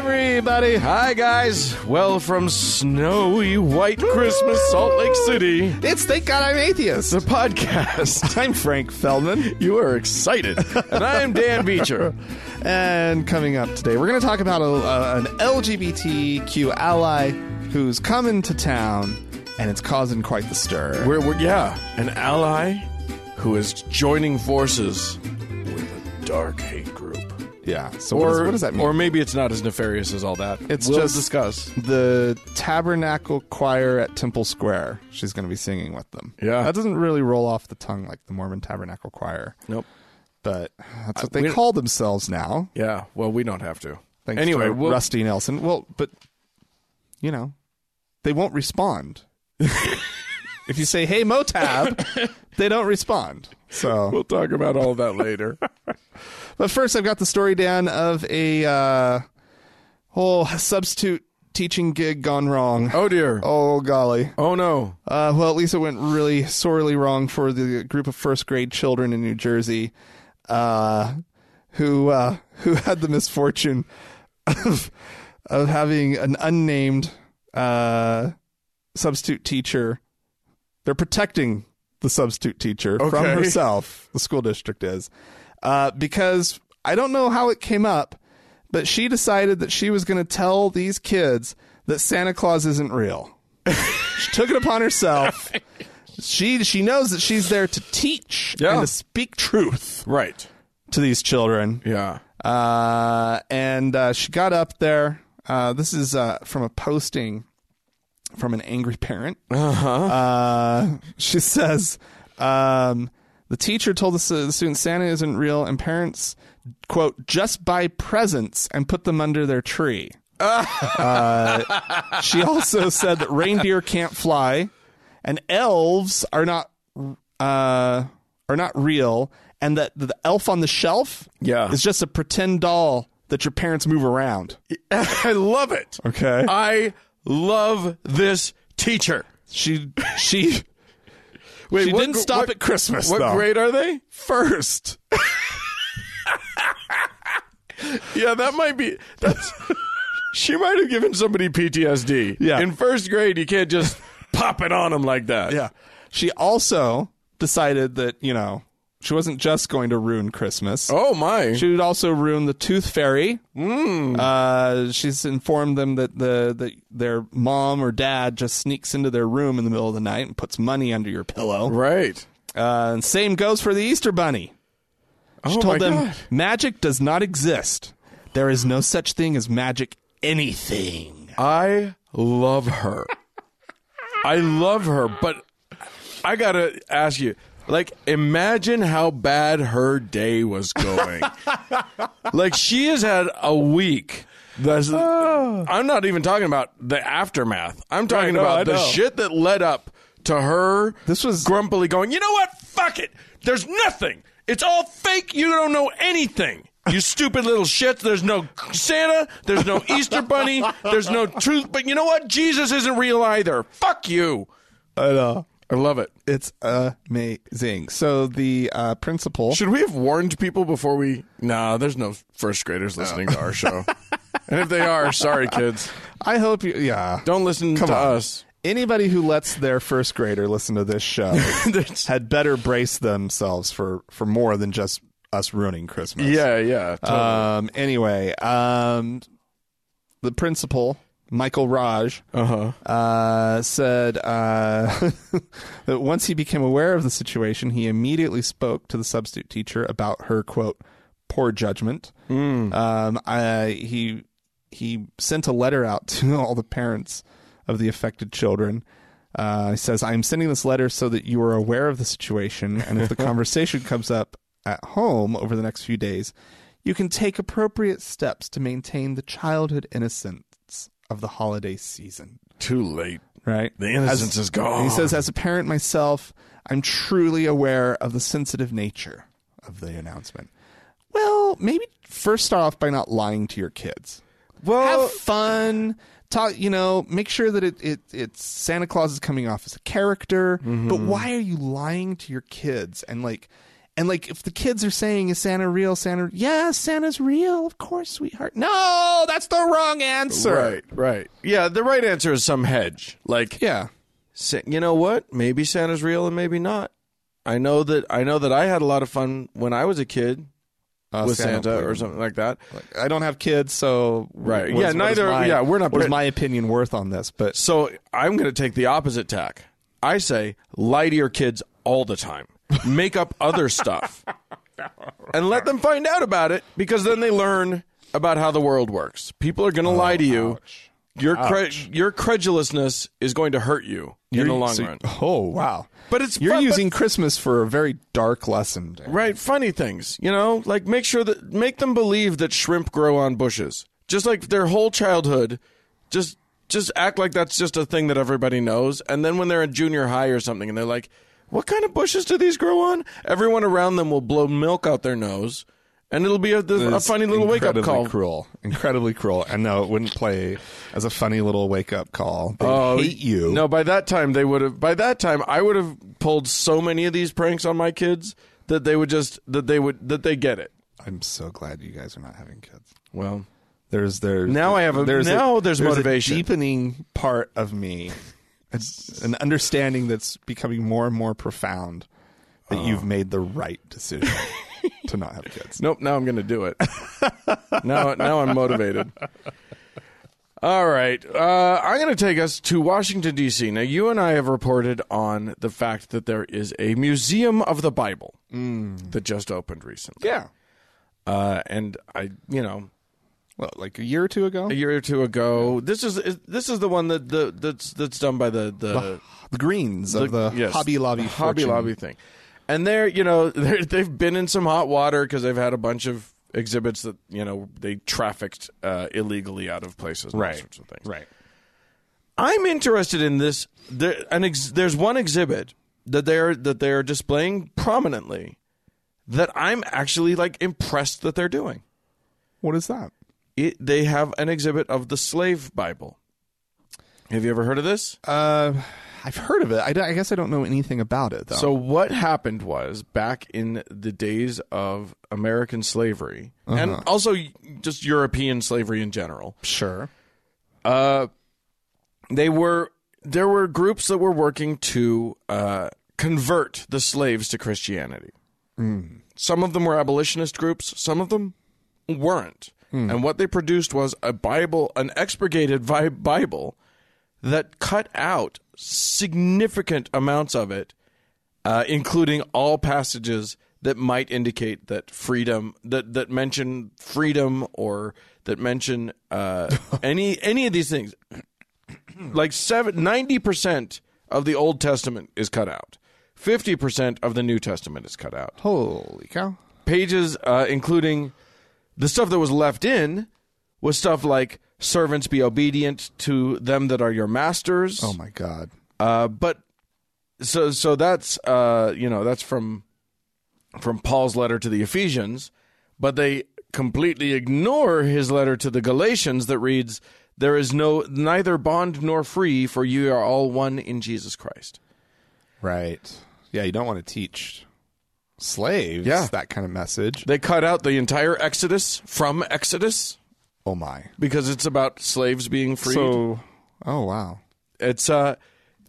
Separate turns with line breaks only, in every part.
everybody. Hi, guys. Well, from snowy white Christmas, Salt Lake City,
It's Thank God I'm Atheist.
the podcast.
I'm Frank Feldman.
You are excited. And I'm Dan Beecher.
And coming up today, we're going to talk about a, a, an LGBTQ ally who's coming to town and it's causing quite the stir.
We're, we're, yeah, an ally who is joining forces with a dark hate group.
yeah. So, what, is, what does that mean?
Or maybe it's not as nefarious as all that.
It's
we'll
just-
discuss.
the Tabernacle Choir at Temple Square. She's going to be singing with them.
Yeah.
That doesn't really roll off the tongue like the Mormon Tabernacle Choir,
Nope.
but that's what they
we-
call themselves now.
Yeah. Well, we don't have to.
Thanks
anyway,
to
we'll,
Rusty Nelson. Well, but you know, they won't respond. if you say "Hey Motab," they don't respond. So,
we'll talk about all that later.
but first, I've got the story down of a uh, whole substitute teaching gig gone wrong.
oh dear.
Oh golly!
Oh no.
Uh, well, at least it went really sorely wrong for the group of first grade children in New Jersey, uh, who uh, who had the misfortune of of having an unnamed uh, substitute teacher. They're protecting the substitute teacher from
Okay.
herself. The school district is uh, because I don't know how it came up, but she decided that she was going to tell these kids that Santa Claus isn't real she took it upon herself. She she knows that she's there to teach
Yeah.
and to speak truth
Right.
to these children.
Yeah.
Uh, and uh, she got up there. Uh, this is uh, from a posting from an angry parent. Uh, she says, um, the teacher told the s- students Santa isn't real, and parents, quote, just buy presents and put them under their tree. Uh, she also said that reindeer can't fly, and elves are not uh, are not real, and that the elf on the shelf
Yeah.
is just a pretend doll that your parents move around.
I love it.
Okay.
I love this teacher.
She she
Wait,
She didn't
gr-
stop at Christmas,
What
though.
grade are they?
first.
Yeah, that might be. That's, she might have given somebody PTSD.
Yeah.
In first grade, you can't just pop it on them like that.
Yeah. She also decided that, you know, she wasn't just going to ruin Christmas.
Oh my.
She would also ruin the Tooth Fairy.
Mm.
Uh, she's informed them that the that their mom or dad just sneaks into their room in the middle of the night and puts money under your pillow.
right.
Uh, and same goes for the Easter Bunny. She
oh my
told them
God.
magic does not exist. There is no such thing as magic anything.
I love her. I love her, but I gotta ask you. Like, imagine how bad her day was going. like, she has had a week. That's, I'm not even talking about the aftermath. I'm talking
Ah. no,
about
I
the
know.
shit that led up to her.
This was-
grumpily going. You know what? Fuck it. There's nothing. It's all fake. You don't know anything. You stupid little shits. There's no Santa. There's no Easter Bunny. There's no truth. But you know what? Jesus isn't real either. Fuck you.
I know.
I love it.
It's amazing. So the uh, principal.
Should we have warned people before we? Nah, there's no first graders listening to our show. and if they are, sorry, kids.
I hope you. Yeah.
Don't listen to
on.
us.
Anybody who lets their first grader listen to this show
There's-
had better brace themselves for for more than just us ruining Christmas.
yeah, yeah. totally.
Um. Anyway. Um. The principal, Michael Raj,
Uh-huh.
uh, said uh, that once he became aware of the situation, he immediately spoke to the substitute teacher about her quote poor judgment.
Hmm.
Um, I, he he sent a letter out to all the parents of the affected children. Uh, he says, "I am sending this letter so that you are aware of the situation, and if the conversation comes up at home over the next few days, you can take appropriate steps to maintain the childhood innocence of the holiday season."
Too late.
right?
The innocence is gone.
He says, as a parent myself, I'm truly aware of the sensitive nature of the announcement. Well, maybe first start off by not lying to your kids.
Well-
have fun. Talk, you know, make sure that it, it it's
Mm-hmm.
Santa Claus is coming off as a character. But why are you lying to your kids and like And like, if the kids are saying, "Is Santa real?" Santa, yeah, Santa's real, of course, sweetheart. No, that's the wrong answer.
Right, right. Yeah, the right answer is some hedge. Like,
Yeah.
Sa- you know what? Maybe Santa's real and maybe not. I know that I know that I had a lot of fun when I was a kid with
Uh, Santa
Santa,
played.
or something like that.
I don't have kids, so
Right.
what
Yeah,
is- what
neither-
is my-
yeah, we're not
What
pre-
is my opinion worth on this? But
So I'm going to take the opposite tack. I say lie to your kids all the time. Make up other stuff. and let them find out about it because then they learn about how the world works. People are going to lie to you. Your cre- your credulousness is going to hurt you in the long
so-
run.
Oh wow!
But it's
You're
fun- but-
using Christmas for a very dark lesson. Dan.
Right, funny things, you know, like make sure that make them believe that shrimp grow on bushes. Just like their whole childhood, just just act like that's just a thing that everybody knows. And then when they're in junior high or something and they're like, "What kind of bushes do these grow on?" Everyone around them will blow milk out their nose, and it'll be a, a
It's
funny little wake up
incredibly
call.
Cruel, incredibly cruel. And no, it wouldn't play as a funny little wake up call. They hate you.
Oh, No, by that time they would have. By that time, I would have pulled so many of these pranks on my kids that they would just that they would that they get it.
I'm so glad you guys are not having kids.
Well,
There's there
Now I have a-
there's
now there's
a
motivation.
deepening part of me, It's an understanding that's becoming more and more profound that you've made the right decision to not have kids.
Nope, now I'm going to do it. now, now I'm motivated. All right. Uh, I'm going to take us to Washington, D.C. Now, you and I have reported on the fact that there is a Museum of the Bible that just opened recently.
Yeah,
Uh, and I, you know,
well, like a year or two ago,
a year or two ago, this is is- this is the one that the that's that's done by the the,
the greens of the
yes,
Hobby Lobby,
the Hobby
fortune.
Lobby thing. And they're, you know, they're, they've been in some hot water because they've had a bunch of exhibits that, you know, they trafficked uh, illegally out of places and all
Right.
sorts of things.
right?
I'm interested in this. There, an ex, there's one exhibit that they're that they're displaying prominently that I'm actually like impressed that they're doing.
What is that?
It, they have an exhibit of the slave Bible. Have you ever heard of this?
Uh, I've heard of it. I, don't- I guess I don't know anything about it though.
So what happened was back in the days of American slavery and also just European slavery in general,
sure,
uh, they were there were groups that were working to uh, convert the slaves to Christianity. Some of them were abolitionist groups. Some of them weren't. And what they produced was a Bible, an expurgated vi- Bible that cut out significant amounts of it, uh, including all passages that might indicate that freedom that that mention freedom or that mention uh, any any of these things. Like seven, 90 percent of the Old Testament is cut out. Fifty percent of the New Testament is cut out
holy cow!
pages, uh, including the stuff that was left in, was stuff like servants be obedient to them that are your masters.
Oh my god!
Uh, but so so that's uh, you know that's from from Paul's letter to the Ephesians, but they completely ignore his letter to the Galatians that reads, "There is no neither bond nor free, for you are all one in Jesus Christ."
Right? Yeah, you don't want to teach slaves
Yeah.
that kind of message.
They cut out the entire Exodus from Exodus
Oh my!
because it's about slaves being freed.
So, oh wow!
it's a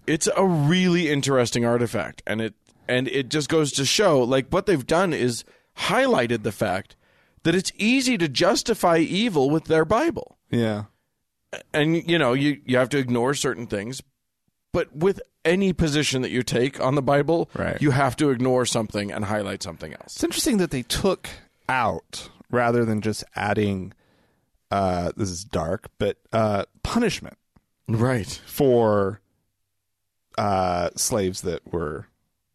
it's a really interesting artifact and it and it just goes to show like what they've done is highlighted the fact that it's easy to justify evil with their bible
Yeah.
and you know you you have to ignore certain things but with any position that you take on the bible
Right.
you have to ignore something and highlight something else
It's interesting that they took out rather than just adding uh this is dark, but uh punishment
right
for uh slaves that were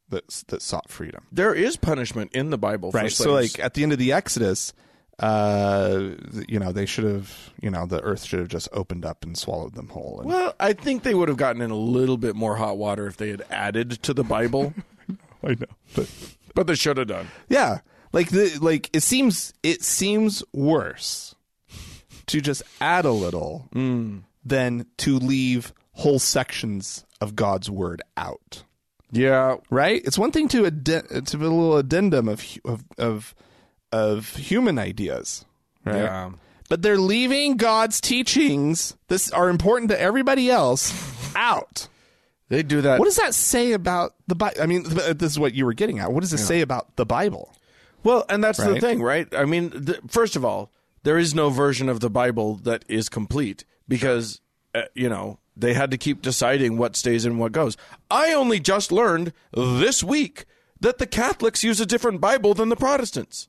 that that sought freedom.
there is punishment in the bible for
Right. So
slaves.
like at the end of the Exodus, uh you know, they should have, you know, the earth should have just opened up and swallowed them whole. And,
well i think they would have gotten in a little bit more hot water if they had added to the bible
I know. But
but they should have done
Yeah. Like the like it seems it seems worse to just add a little than to leave whole sections of God's word out.
Yeah.
right? It's one thing to add- to put a little addendum of hu- of of, of human ideas, right?
Yeah.
But they're leaving God's teachings that are important to everybody else out.
They do that.
What does that say about the Bible? I mean, th- this is what you were getting at. What does it say about the Bible?
well, and that's the
Right.
thing, right? I mean, th- first of all, there is no version of the Bible that is complete because, uh, you know, they had to keep deciding what stays and what goes. I only just learned this week that the Catholics use a different Bible than the Protestants.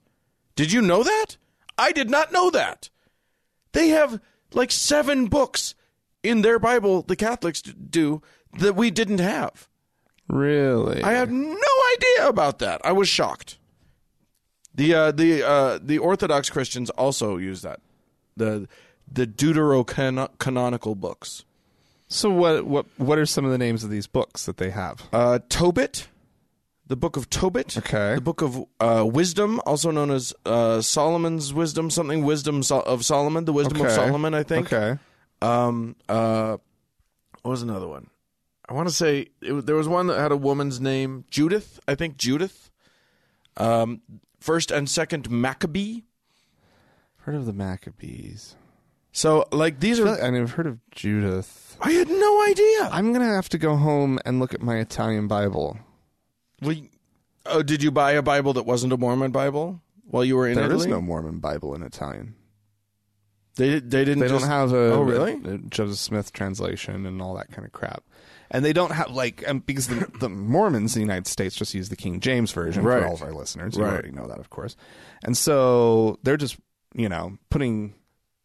Did you know that? I did not know that. They have like seven books in their Bible, the Catholics d- do, that we didn't have.
Really?
I had no idea about that. I was shocked. The uh, the uh, the Orthodox Christians also use that the the deuterocanonical books.
so what what what are some of the names of these books that they have?
Uh, Tobit, the book of Tobit.
Okay.
The book of uh, wisdom, also known as uh, Solomon's wisdom, something wisdom so- of Solomon, the wisdom of
Okay.
Solomon, I think.
Okay.
Um, uh, what was another one? I want to say it, was- there was one that had a woman's name, Judith. I think Judith. Um, first and second Maccabee.
Heard of the Maccabees?
So like these
I
are,
feel like I've heard of Judith.
I had no idea.
I'm gonna have to go home and look at my Italian Bible.
We, oh, did you buy a Bible that wasn't a Mormon Bible while you were in
There is
Italy?
no Mormon Bible in Italian.
They they didn't.
They
just,
don't have a
Oh, really?
a- a Joseph Smith translation and all that kind of crap. And they don't have like um, because the, the Mormons in the United States just use the King James version
Right.
for all of our listeners. You
Right.
already know that, of course. And so they're just you know putting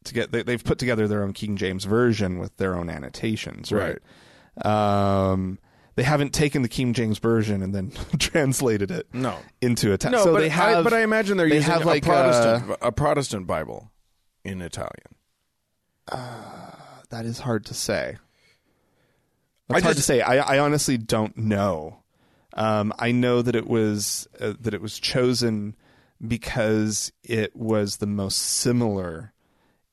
together they, they've put together their own King James version with their own annotations, right? Um, they haven't taken the King James version and then translated it
No.
into Italian.
No,
so
but
they have,
I, but I imagine they're
they
using
have like
a
uh,
Protestant a Protestant Bible in Italian.
That is hard to say.
I
That's hard
just-
to say. I, I honestly don't know. Um, I know that it was uh, that it was chosen because it was the most similar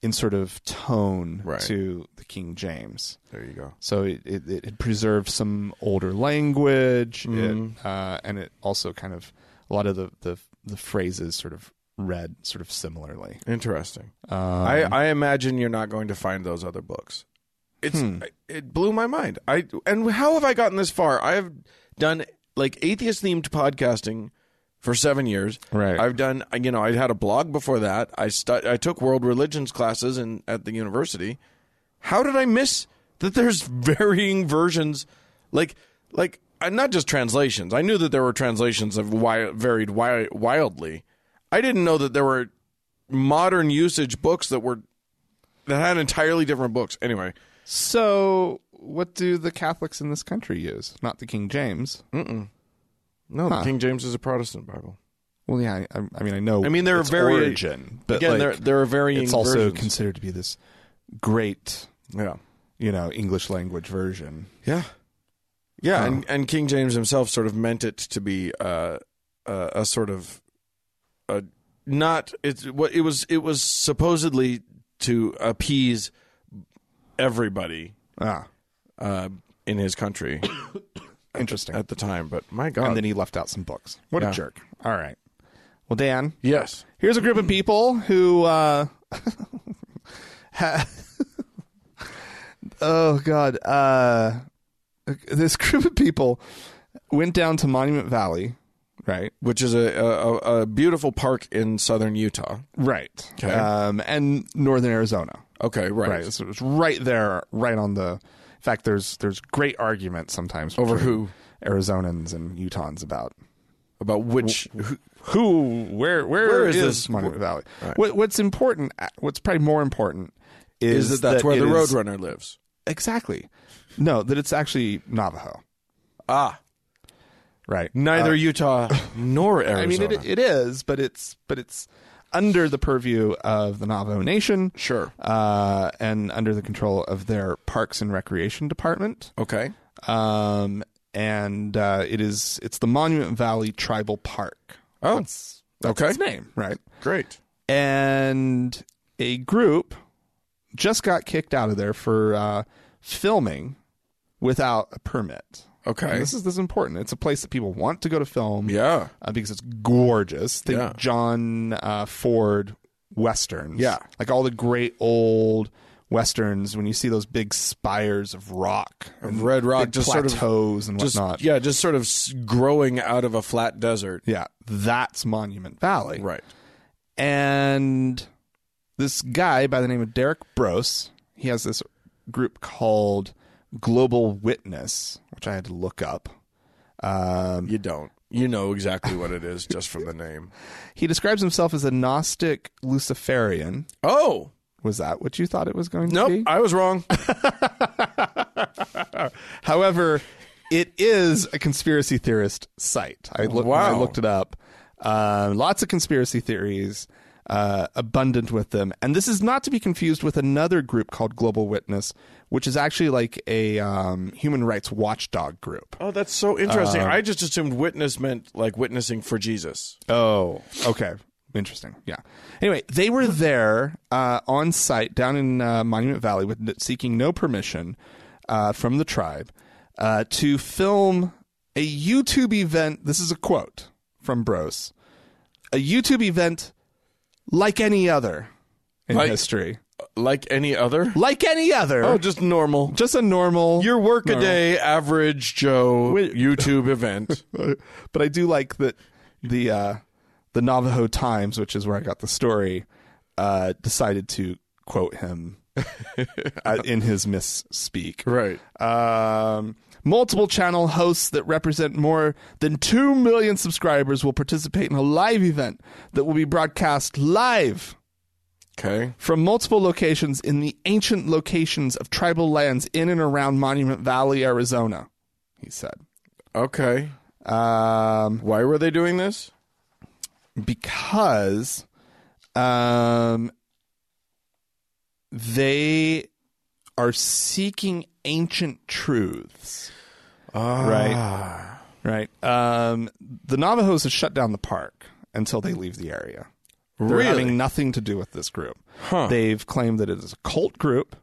in sort of tone
Right.
to the King James.
There you go.
So it, it, it had preserved some older language,
Mm-hmm.
it, uh, and it also kind of a lot of the, the the phrases sort of read sort of similarly.
Interesting.
Um,
I, I imagine you're not going to find those other books. It's
Hmm.
it blew my mind. I and how have I gotten this far? I have done like atheist themed podcasting for seven years.
Right.
I've done you know I had a blog before that. I stu- I took world religions classes in at the university. How did I miss that? There's varying versions, like like and not just translations. I knew that there were translations of wi- varied wi- wildly. I didn't know that there were modern usage books that were that had entirely different books. Anyway,
So, what do the Catholics in this country use? Not the King James.
no, the King James is a Protestant Bible.
Well, yeah, I, I mean, I know.
I mean, there are
its
very-
origin, but
Again,
like,
there there are varying.
it's also
versions.
considered to be this great,
yeah,
you know, English language version.
yeah, yeah. And and King James himself sort of meant it to be uh, uh, a sort of a not it's what it was it was supposedly to appease everybody
Ah,
uh, in his country
interesting.
at the time. But my God,
and then he left out some books. What
Uh, Yeah.
a jerk! All right. Well, Dan,
yes,
here's a group of people who. Uh, ha- oh God, uh, this group of people went down to Monument Valley, right?
which is a, a, a- a beautiful park in southern Utah.
Right.
Okay.
Um, and northern Arizona.
Okay, right.
Right. So it's right there, right on the. In fact, there's there's great argument sometimes
Over who?
between Arizonans and Utahns about
About which? Who,
who, where,
Where is
is,
this-
Monument Valley?
Right.
What, what's important? What's probably more important is,
is that that's where
it
the
is-
Roadrunner lives?
Exactly. No, that it's actually Navajo.
Ah,
Right.
neither Utah nor Arizona.
I mean, it, it is, but it's but it's under the purview of the Navajo Nation.
sure.
uh, and under the control of their Parks and Recreation Department.
Okay.
Um, and uh, it is it's the Monument Valley Tribal Park.
Oh,
that's, that's
okay.
its name, right?
Great.
And a group just got kicked out of there for uh, filming without a permit.
Okay.
And this is this is important. It's a place that people want to go to film.
Yeah.
uh, because it's gorgeous. Think
Yeah.
John uh, Ford westerns.
Yeah.
like all the great old westerns. When you see those big spires of rock, and
red rock,
big
just sort of-
plateaus and
Just
whatnot.
yeah, just sort of s- growing out of a flat desert.
yeah, that's Monument Valley.
Right.
and this guy by the name of Derek Bros, he has this group called Global Witness, which I had to look up. Um,
You don't. You know exactly what it is just from the name.
he describes himself as a Gnostic Luciferian.
Oh
Was that what you thought it was going to
nope,
be?
I was wrong.
However, it is a conspiracy theorist site. I, look,
Wow.
I looked it up. Um, lots of conspiracy theories, uh, abundant with them. And this is not to be confused with another group called Global Witness, which is actually like a um, human rights watchdog group.
Oh, that's so interesting. I just assumed witness meant like witnessing for Jesus.
Oh, okay. Interesting. Yeah. Anyway, they were there uh, on site down in uh, Monument Valley, with seeking no permission uh, from the tribe uh, to film a YouTube event. This is a quote from Bros. A YouTube event like any other in
Like-
history,
Like any other?
like any other,
Oh, just normal.
just a normal.
Your workaday average Joe YouTube event.
but I do like that the uh, the Navajo Times, which is where I got the story, uh, decided to quote him uh, in his misspeak.
Right.
Um, multiple channel hosts that represent more than two million subscribers will participate in a live event that will be broadcast live
Okay.
from multiple locations in the ancient locations of tribal lands in and around Monument Valley, Arizona. He said.
Okay.
Um,
Why were they doing this?
because um, they are seeking ancient truths. Ah. Right.
Ah.
Right. Um, the Navajos have shut down the park until they leave the area. They're
Really?
having nothing to do with this group.
Huh.
They've claimed that it is a cult group,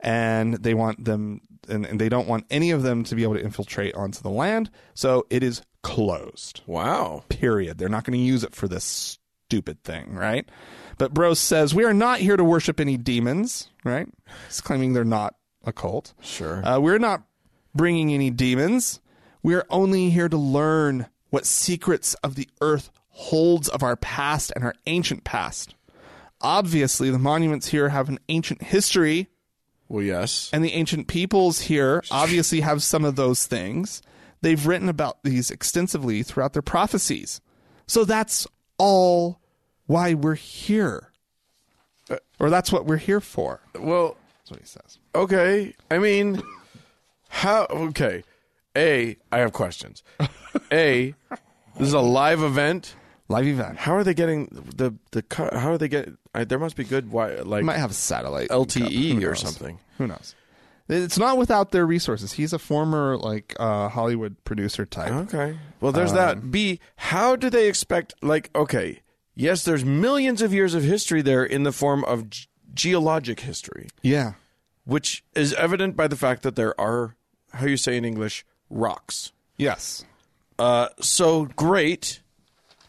and they want them, and, and they don't want any of them to be able to infiltrate onto the land. So it is closed
Wow.
period. They're not going to use it for this stupid thing, right? But Bros says, We are not here to worship any demons, right? He's claiming they're not a cult.
Sure.
Uh, we're not bringing any demons. We're only here to learn what secrets of the earth holds of our past and our ancient past. Obviously, the monuments here have an ancient history,
Well, yes.
and the ancient peoples here obviously have some of those things. They've written about these extensively throughout their prophecies. So that's all why we're here. Uh, Or that's what we're here for.
Well,
That's what he says.
okay. I mean, how? Okay. A, I have questions. A, this is a live event.
Live event.
How are they getting the the? co- How are they get? I, there must be good wi- like
He might have a satellite.
LTE
Who
E or
knows?
something.
Who knows? It's not without their resources. He's a former like uh, Hollywood producer type.
Okay. Well, there's
Um,
that. B, how do they expect, like, okay, yes, there's millions of years of history there in the form of ge- geologic history,
Yeah.
which is evident by the fact that there are, how you say in English, rocks.
Yes.
Uh, so great,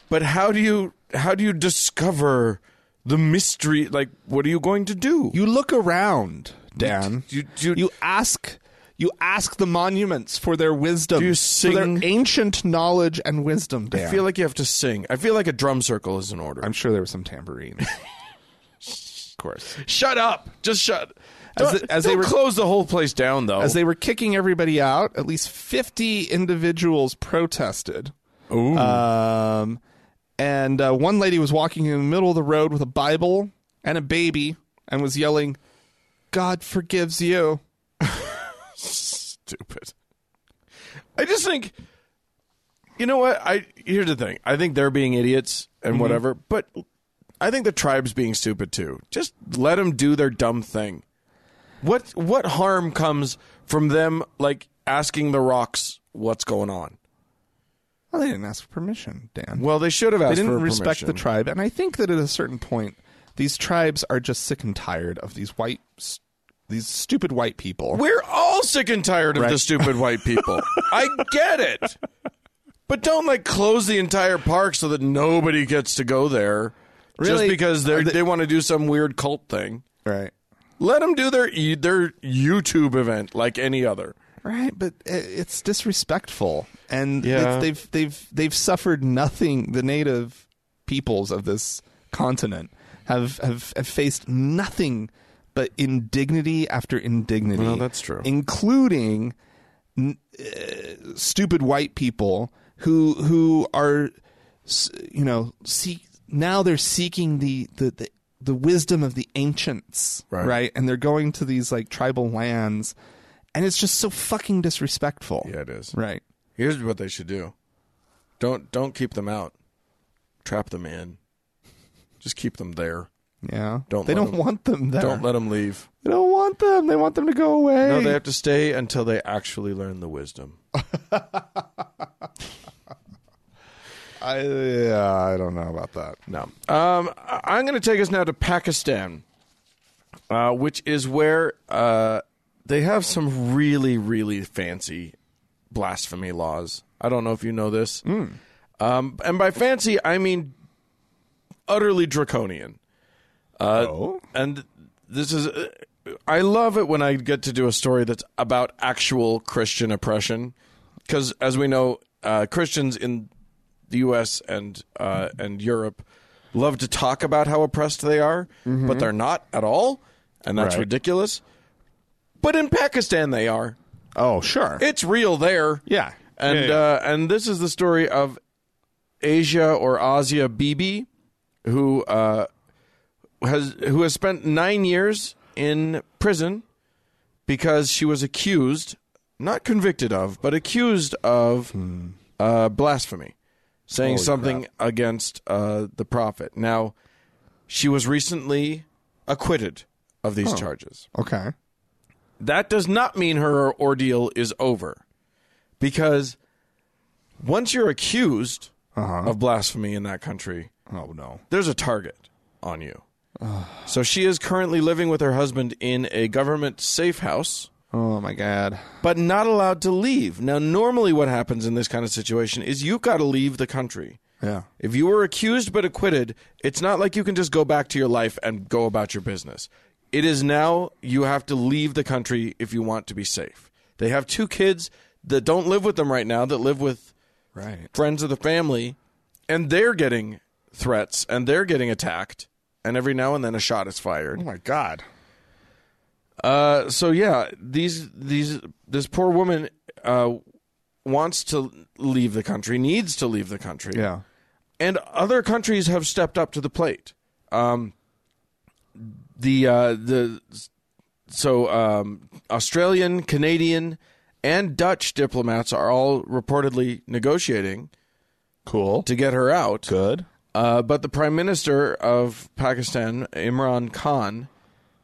but how do you how do you discover the mystery? Like, what are you going to do?
You look around, Dan.
You- you-
you ask you ask the monuments for their wisdom,
you
for
sing-
their ancient knowledge and wisdom, Dan.
I feel like you have to sing. I feel like a drum circle is in order.
I'm sure there was some tambourine. of course.
shut up! Just shut.
As
Don't-
the- as they
don't
were-
close the whole place down, though.
As they were kicking everybody out, at least 50 individuals protested.
Ooh.
Um, and uh, one lady was walking in the middle of the road with a Bible and a baby and was yelling, God forgives you.
stupid. I just think, you know what? I here's the thing. I think they're being idiots and
Mm-hmm.
whatever, but I think the tribe's being stupid too. Just let them do their dumb thing. What what harm comes from them like asking the rocks what's going on?
Well, they didn't ask for permission, Dan.
Well, they should have asked
they didn't
for
respect the
permission.
tribe and i think that at a certain point these tribes are just sick and tired of these white s- these stupid white people.
We're all sick and tired of the stupid white people. I get it. But don't like close the entire park so that nobody gets to go there just
Really?
because they're, they want to do some weird cult thing.
Right.
Let them do their e- their YouTube event like any other.
Right, but i- it's disrespectful, and
Yeah.
it's, they've they've they've suffered nothing. The native peoples of this continent have have, have faced nothing but indignity after indignity.
Well, that's true.
including n- uh, stupid white people who who are, s- you know, seek now they're seeking the the. the the wisdom of the ancients,
Right.
right? And they're going to these like tribal lands and it's just so fucking disrespectful.
Yeah, it is.
Right.
Here's what they should do. Don't don't keep them out. Trap them in. Just keep them there.
Yeah.
Don't
they
let
don't
them-
want them there.
Don't let them leave.
they don't want them. They want them to go away.
No, they have to stay until they actually learn the wisdom.
I, yeah, I don't know about that.
No. Um, I- I'm going to take us now to Pakistan, uh, which is where uh, they have some really, really fancy blasphemy laws. I don't know if you know this. Um, and by fancy, I mean utterly draconian. Uh,
Oh.
And this is. Uh, I love it when I get to do a story that's about actual Christian oppression, because as we know, uh, Christians in the U.S. and uh, and Europe love to talk about how oppressed they are, but they're not at all, and that's
Right.
ridiculous. But in Pakistan, they are.
Oh, sure.
It's real there.
yeah.
And
Yeah, yeah.
Uh, and this is the story of Asia or Asia Bibi, who uh, has who has spent nine years in prison because she was accused, not convicted of, but accused of
Hmm.
uh, blasphemy, saying something against uh, the prophet. Now, she was recently acquitted of these charges.
okay.
That does not mean her ordeal is over. Because once you're accused of blasphemy in that country,
Oh no.
there's a target on you. so she is currently living with her husband in a government safe house,
Oh my god.
but not allowed to leave. Now, normally what happens in this kind of situation is you've got to leave the country.
Yeah.
If you were accused but acquitted, it's not like you can just go back to your life and go about your business. It is now you have to leave the country if you want to be safe. They have two kids that don't live with them right now, that live with
Right.
friends of the family, and they're getting threats and they're getting attacked, and every now and then a shot is fired.
Oh, my god.
Uh, so yeah, these these this poor woman uh, wants to leave the country, needs to leave the country
Yeah.
and other countries have stepped up to the plate. Um, the uh, the so um, Australian, Canadian, and Dutch diplomats are all reportedly negotiating
Cool.
to get her out.
Good.
Uh, but the prime minister of Pakistan, Imran Khan,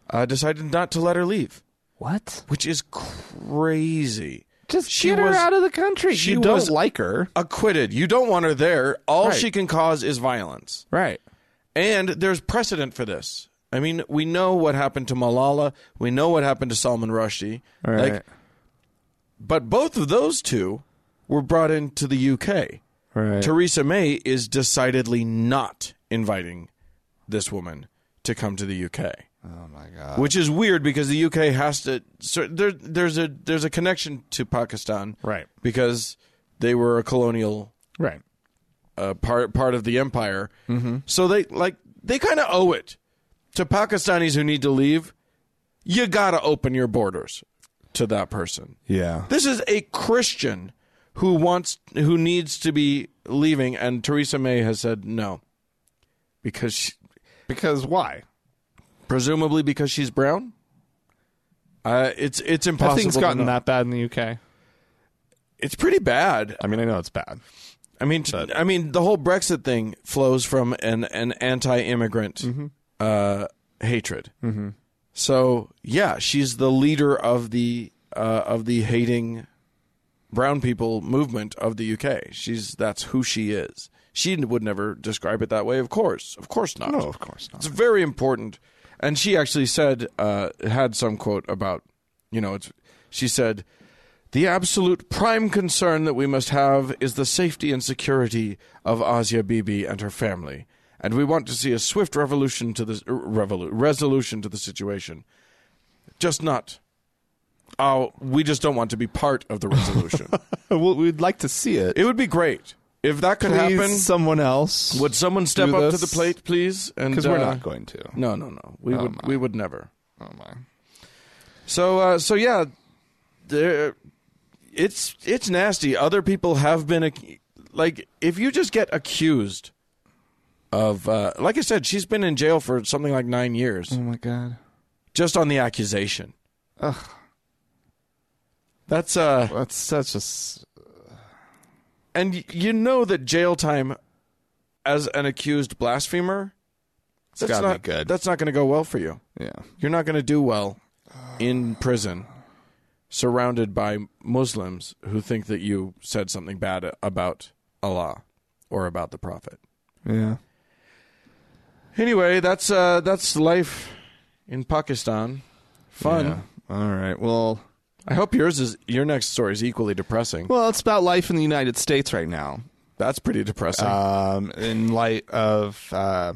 uh, decided not to let her leave,
What?
which is crazy.
Just
She
get her
was-
out of the country.
she
you don't
was-
like her.
Acquitted. You don't want her there. All
Right.
she can cause is violence.
Right.
And there's precedent for this. I mean, we know what happened to Malala. We know what happened to Salman Rushdie.
Right.
but both of those two were brought into the UK.
right.
Theresa May is decidedly not inviting this woman to come to the UK,
oh my god.
which is weird because the UK has to. So there, there's a there's a connection to Pakistan,
Right.
Because they were a colonial
Right.
uh, part part of the empire.
Mm-hmm.
So they like they kind of owe it to Pakistanis who need to leave. You gotta open your borders to that person.
Yeah.
This is a Christian who wants who needs to be leaving, and Theresa May has said no because she,
Because why?
presumably because she's brown. Uh, it's it's impossible.
Nothing's
to
gotten
know.
that bad in the UK.
It's pretty bad.
I mean, I know it's bad.
I mean, t- I mean, the whole Brexit thing flows from an an anti-immigrant uh, hatred. Mm-hmm. So yeah, she's the leader of the uh, of the hating brown people movement of the UK. She's that's who she is. She would never describe it that way. Of course, of course not.
No, of course not.
It's very important. And she actually said, uh, had some quote about, you know, it's, she said, the absolute prime concern that we must have is the safety and security of Asia Bibi and her family. And we want to see a swift revolution to this, er, revolu- resolution to the situation. Just not. Oh, we just don't want to be part of the resolution.
well, we'd like to see it.
it would be great if that could
Please,
happen.
someone else.
Would someone step
do
up to
this?
the plate, please? uh,
Because
Because
we're not going to.
No, no, no. We
Oh,
would.
my.
We would never.
Oh my.
So, uh, so yeah, there. It's it's nasty. Other people have been ac- like, if you just get accused of, uh, like I said, she's been in jail for something like nine years
Oh my god.
just on the accusation.
Ugh.
That's uh,
That's such a. s-
and y- you know that jail time as an accused blasphemer. That's
gotta be
not
good.
That's not going to go well for you.
Yeah.
you're not going to do well in prison surrounded by Muslims who think that you said something bad about Allah or about the prophet.
Yeah.
Anyway, that's uh that's life in Pakistan. Fun.
Yeah. All right. Well.
I hope yours is your next story is equally depressing.
Well, it's about life in the United States right now.
that's pretty depressing.
um, in light of uh,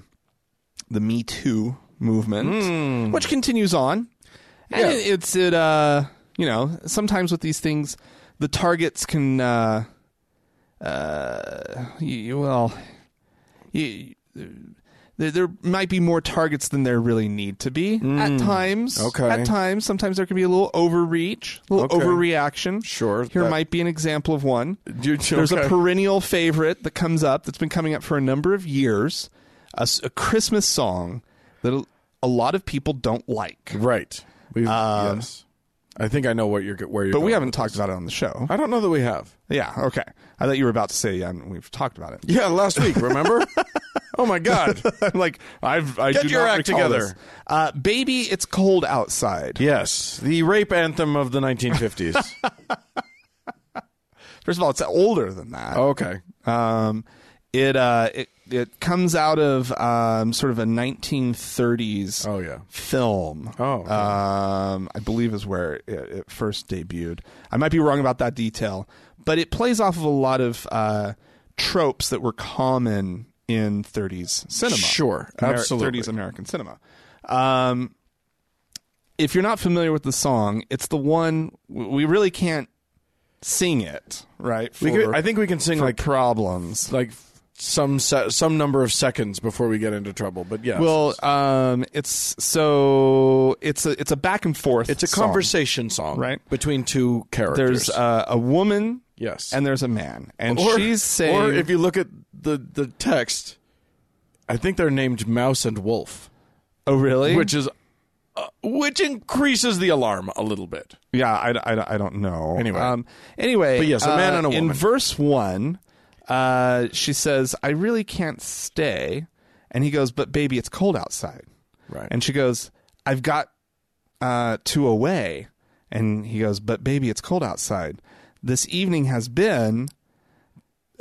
the Me Too movement,
Hmm.
which continues on. And
Mm-hmm. Yeah.
it, it's it, uh, you know, sometimes with these things, the targets can, uh, uh, you, you- well, you, there, there might be more targets than there really need to be at times.
Mm. Okay.
At times, sometimes there can be a little overreach, a little
Okay.
overreaction.
Sure,
Here
that-
might be an example of one.
You-
There's
okay.
a perennial favorite that comes up that's been coming up for a number of years, a, s- a Christmas song that a, a lot of people don't like.
right. We've, yes. I think I know what you're where you're
Um, But we
going
haven't
with
talked about it on the show.
this. I don't know that we have.
Yeah, okay. I thought you were about to say, yeah, and we've talked about it.
Yeah, last week, remember? oh my god.
I'm like, I've, I
Get
do
your
not
act
recall
together.
this. Uh, Baby, it's cold outside.
Yes, the rape anthem of the 1950s.
First of all, it's older than that.
okay.
Um, it, uh, it it comes out of um, sort of a 1930s
Oh, yeah.
film.
Oh, okay.
um, I believe is where it, it first debuted. I might be wrong about that detail, but it plays off of a lot of uh, tropes that were common in 30s cinema.
Sure,
Ameri-
absolutely.
30s American cinema. Um, if you're not familiar with the song, it's the one w- we really can't sing it right.
We
for-
could, I think we can sing
for
like
problems.
like some se- some number of seconds before we get into trouble. But yeah,
Well, um, it's so it's a it's a back and forth.
it's a
song.
conversation song,
Right.
Between two characters.
There's uh, a woman
yes,
and there's a man, and
or,
she's saying,
or if you look at the the text, I think they're named Mouse and Wolf,
"Oh, really?"
which is uh, which increases the alarm a little bit.
yeah, I, I, I don't know. Um,
Anyway.
anyway,
But yes, a man
uh,
and a
In
woman.
verse one, uh, she says, "I really can't stay," and he goes, "But baby, it's cold outside,"
Right.
and she goes, "I've got uh, two away," and he goes, "But baby, it's cold outside. This evening has been."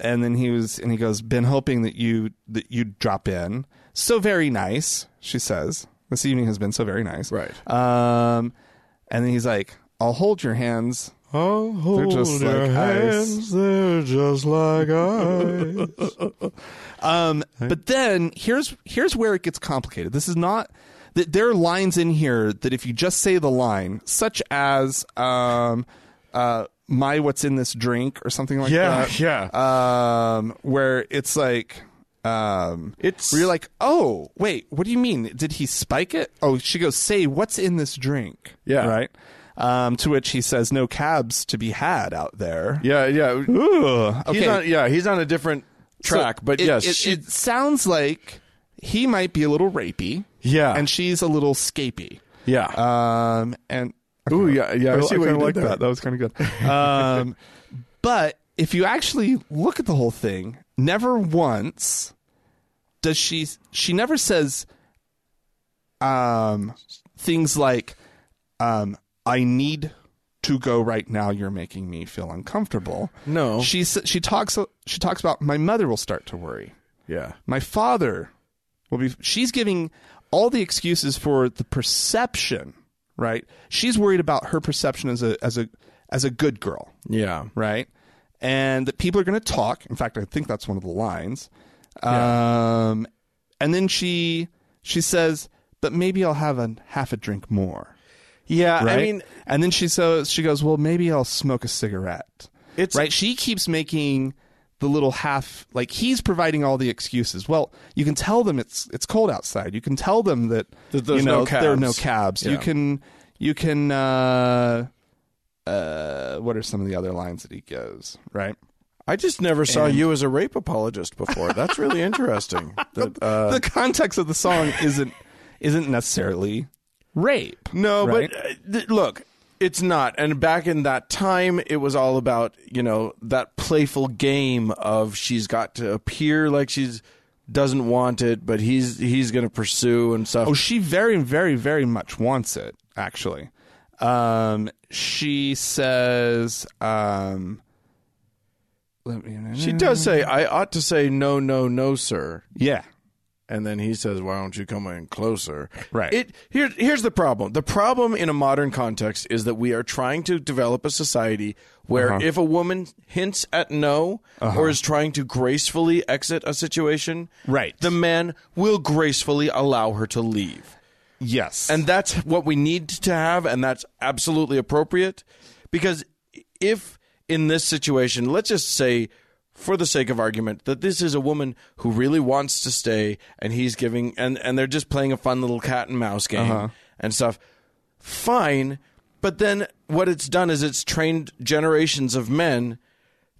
and then he was and he goes been hoping that you that you'd drop in so very nice she says this evening has been so very nice
Right.
um and then he's like i'll hold your hands
Oh,
They're just
your
like ice.
hands, They're just like ice.
um but then here's here's where it gets complicated this is not that there are lines in here that if you just say the line such as um uh my what's in this drink or something like
yeah,
that
yeah.
um, where it's like, um,
It's-
where you're like, oh, wait, what do you mean? Did he spike it? Oh, she goes, say, what's in this drink?
Yeah.
right. Um, to which he says, no cabs to be had out there.
yeah, yeah.
Ooh, okay.
He's on, yeah, he's on a different
So
track, but
it,
yes,
it,
she-
it sounds like he might be a little rapey.
Yeah.
and she's a little scapey.
yeah.
Um, and
Ooh, yeah, yeah. Uh, I see what you
kinda
did
like
there.
that. That was kind of good. Um, but if you actually look at the whole thing, never once does she she never says um, things like um, "I need to go right now. You're making me feel uncomfortable."
No.
she s- she talks she talks about my mother will start to worry.
yeah,
My father will be. She's giving all the excuses for the perception, right? She's worried about her perception as a as a as a good girl,
Yeah.
right? And that people are going to talk. In fact, I think that's one of the lines. Um, and then she she says, "But maybe I'll have a half a drink more."
Yeah.
Right?
I mean,
and then she so she goes, "Well, maybe I'll smoke a cigarette."
It's-
right. She keeps making the little half like he's providing all the excuses. Well, you can tell them it's it's cold outside. You can tell them that,
That there's
you know,
no
there are no
cabs.
cabs. You
Yeah.
can you can uh uh what are some of the other lines that he gives, right?
I just never saw you as a rape apologist before. That's really interesting. That, uh,
the context of the song isn't isn't necessarily rape.
No,
Right?
but uh, th- look, it's not. And back in that time, it was all about, you know, that playful game of she's got to appear like she's doesn't want it, but he's he's going to pursue and stuff.
Oh, she very, very, very much wants it, actually. Um, she says, um, let me,
she does say, "I ought to say no, no, no, sir."
yeah,
And then he says, "Why don't you come in closer?"
Right.
It here, here's the problem. The problem in a modern context is that we are trying to develop a society where
Uh-huh.
if a woman hints at no or is trying to gracefully exit a situation,
Right.
the man will gracefully allow her to leave.
yes.
And that's what we need to have, and that's absolutely appropriate. Because if in this situation, let's just say, for the sake of argument, that this is a woman who really wants to stay, and he's giving, and, and they're just playing a fun little cat and mouse game and stuff, fine. But then what it's done is it's trained generations of men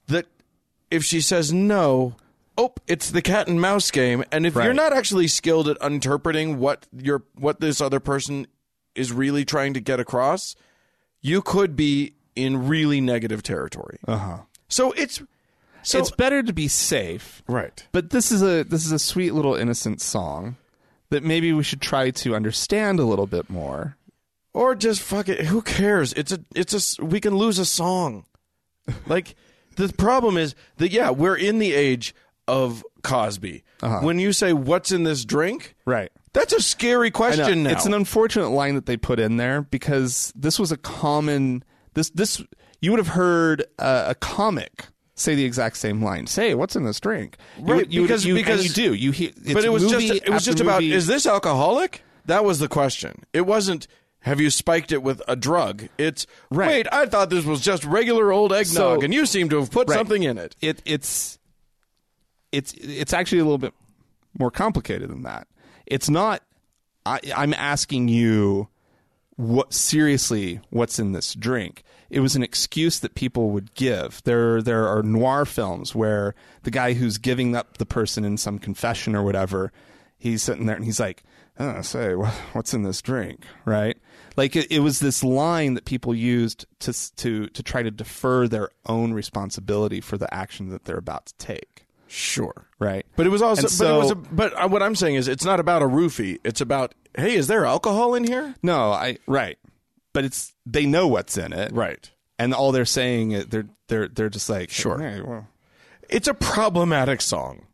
that if she says no, oh, it's the cat and mouse game, and if you're
Right.
not actually skilled at interpreting what your what this other person is really trying to get across, you could be in really negative territory. Uh huh. So it's so
Uh-huh. it's better to be safe.
right.
But this is a this is a sweet little innocent song that maybe we should try to understand a little bit more.
Or just fuck it. Who cares? It's a it's a s- we can lose a song. Like the problem is that yeah, we're in the age of Cosby.
Uh-huh.
When you say what's in this drink,
Right.
that's a scary
No,
question now.
It's an unfortunate line that they put in there because this was a common this this you would have heard uh, a comic say the exact same line. Say what's in this drink, You
Right,
would- you would-
because-
you,
because-
and you do you hear. It's
but it was
movie
just it was
after
just about
movie.
is this alcoholic? That was the question. It wasn't have you spiked it with a drug? It's wait, I thought this was just regular old eggnog,
So-
and you seem to have put something in it.
it it's it's it's actually a little bit more complicated than that. It's not. I, I'm asking you, what seriously? What's in this drink? It was an excuse that people would give. There there are noir films where the guy who's giving up the person in some confession or whatever, he's sitting there and he's like, oh, "Say wha- what's in this drink?" Right? Like it, it was this line that people used to s- to to try to defer their own responsibility for the action that they're about to take.
Sure,
Right?
but it was also
And
but it was
so-
a, but uh, what I'm saying is it's not about a roofie. It's about hey, is there alcohol in here?
No, I right, but it's they know what's in it,
Right.
And all they're saying is they're they're they're just like
Sure.
"Hey, well."
It's a problematic song,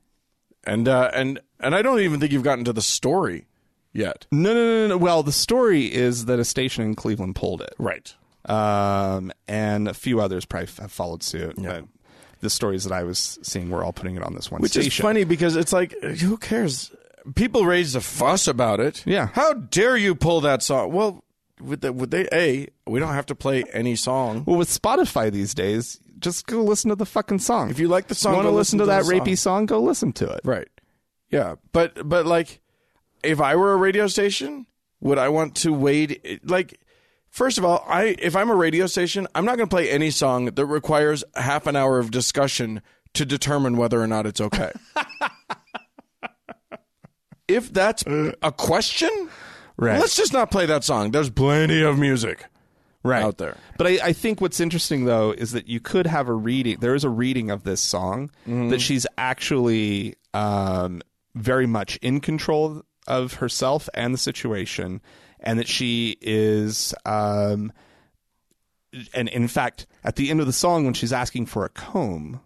and uh, and and I don't even think you've gotten to the story yet.
No, no, no, no, no. Well, the story is that a station in Cleveland pulled it,
Right.
um, and a few others probably f- have followed suit. But the stories that I was seeing were all putting it on this one
Which
station.
is funny because it's like, who cares? People raised a fuss about it.
Yeah.
How dare you pull that song? Well, would they, would they a we don't have to play any song.
Well, with Spotify these days, just go listen to the fucking song.
If you like the song,
want to
go
listen to that
the song.
rapey song, go listen to it.
right? Yeah, but but like, if I were a radio station, would I want to wade like? First of all, I if I'm a radio station, I'm not going to play any song that requires half an hour of discussion to determine whether or not it's okay. if that's a question,
Right.
let's just not play that song. There's plenty of music
right.
out there.
But I, I think what's interesting though is that you could have a reading. There is a reading of this song
Mm-hmm.
that she's actually um, very much in control of herself and the situation, and that she is. Um, and in fact, at the end of the song, when she's asking for a comb,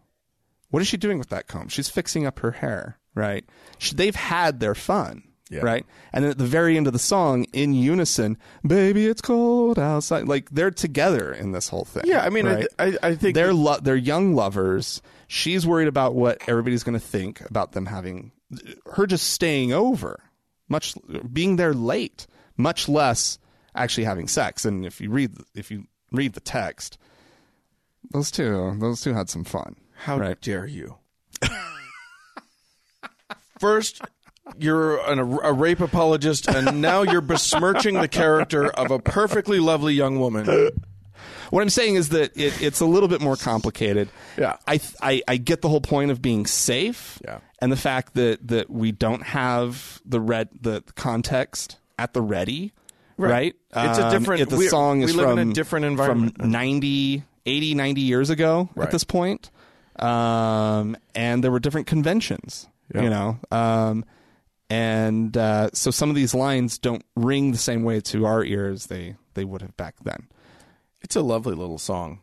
what is she doing with that comb? She's fixing up her hair, right? She, they've had their fun.
Yeah.
Right. And then at the very end of the song, in unison, baby, it's cold outside. Like they're together in this whole thing.
Yeah, I mean, I-
right?
I- I think-
they're lo- they're young lovers. She's worried about what everybody's going to think about them having her just staying over, much being there late, much less actually having sex. And if you read if you read the text, those two those two had some fun.
How
right?
dare you? First, you're an, a rape apologist, and now you're besmirching the character of a perfectly lovely young woman.
What I'm saying is that it, it's a little bit more complicated.
Yeah.
I, th- I I get the whole point of being safe.
Yeah.
and the fact that that we don't have the red the context at the ready. Right. Um,
It's a different-
If the
we're-
song is
we live in
from
a different environment.
from 90, 80, 90 years ago
Right.
at this point. Um, and there were different conventions. You know. Um, and uh, so some of these lines don't ring the same way to our ears they they would have back then.
It's a lovely little song.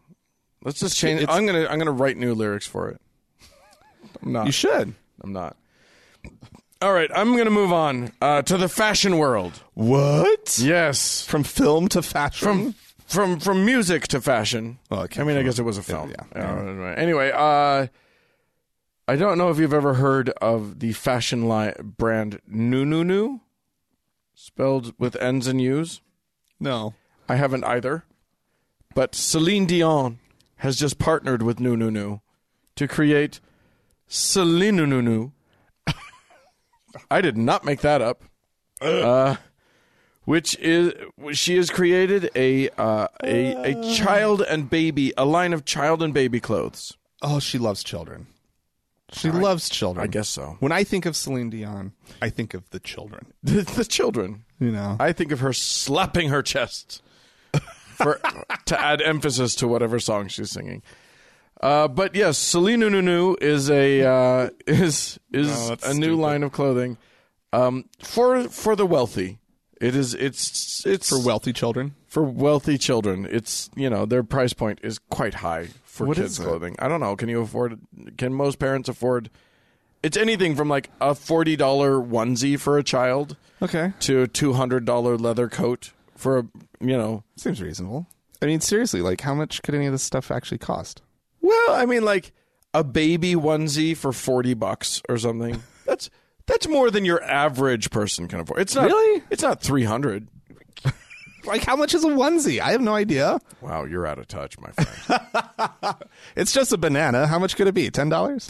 Let's just change. I'm gonna I'm gonna write new lyrics for it. I'm not.
You should.
I'm not. All right, I'm gonna move on uh, to the fashion world.
What?
Yes,
From film to fashion.
from from from music to fashion.
Well, it
I
came
mean, I
from-
guess it was a film.
yeah.
Uh, anyway, uh, I don't know if you've ever heard of the fashion line brand Nununu, spelled with N's and U's.
no.
I haven't either. But Celine Dion has just partnered with Nununu to create Celine Nununu. I did not make that up. Uh, which is she has created a uh, a a child and baby a line of child and baby clothes.
Oh, she loves children. She loves children.
I guess so.
When I think of Celine Dion, I think of the children.
The, the children.
You know.
I think of her slapping her chest for to add emphasis to whatever song she's singing. Uh, but yes, Celine Nunu is a uh, is is a
Oh, that's
new
stupid.
line of clothing um, for for the wealthy. It is it's it's
for wealthy children.
for wealthy children. It's you know their price point is quite high for
What
kids
is it?
clothing. I don't know. Can you afford? Can most parents afford? It's anything from like a forty dollar onesie for a child
Okay.
to a two hundred dollar leather coat for a you know.
Seems reasonable. I mean, seriously, like how much could any of this stuff actually cost?
Well, I mean, like a baby onesie for forty bucks or something. That's that's more than your average person can afford. It's not
Really?
It's not three hundred.
Like how much is a onesie? I have no idea.
Wow, you're out of touch, my friend.
It's just a banana. How much could it be? Ten dollars?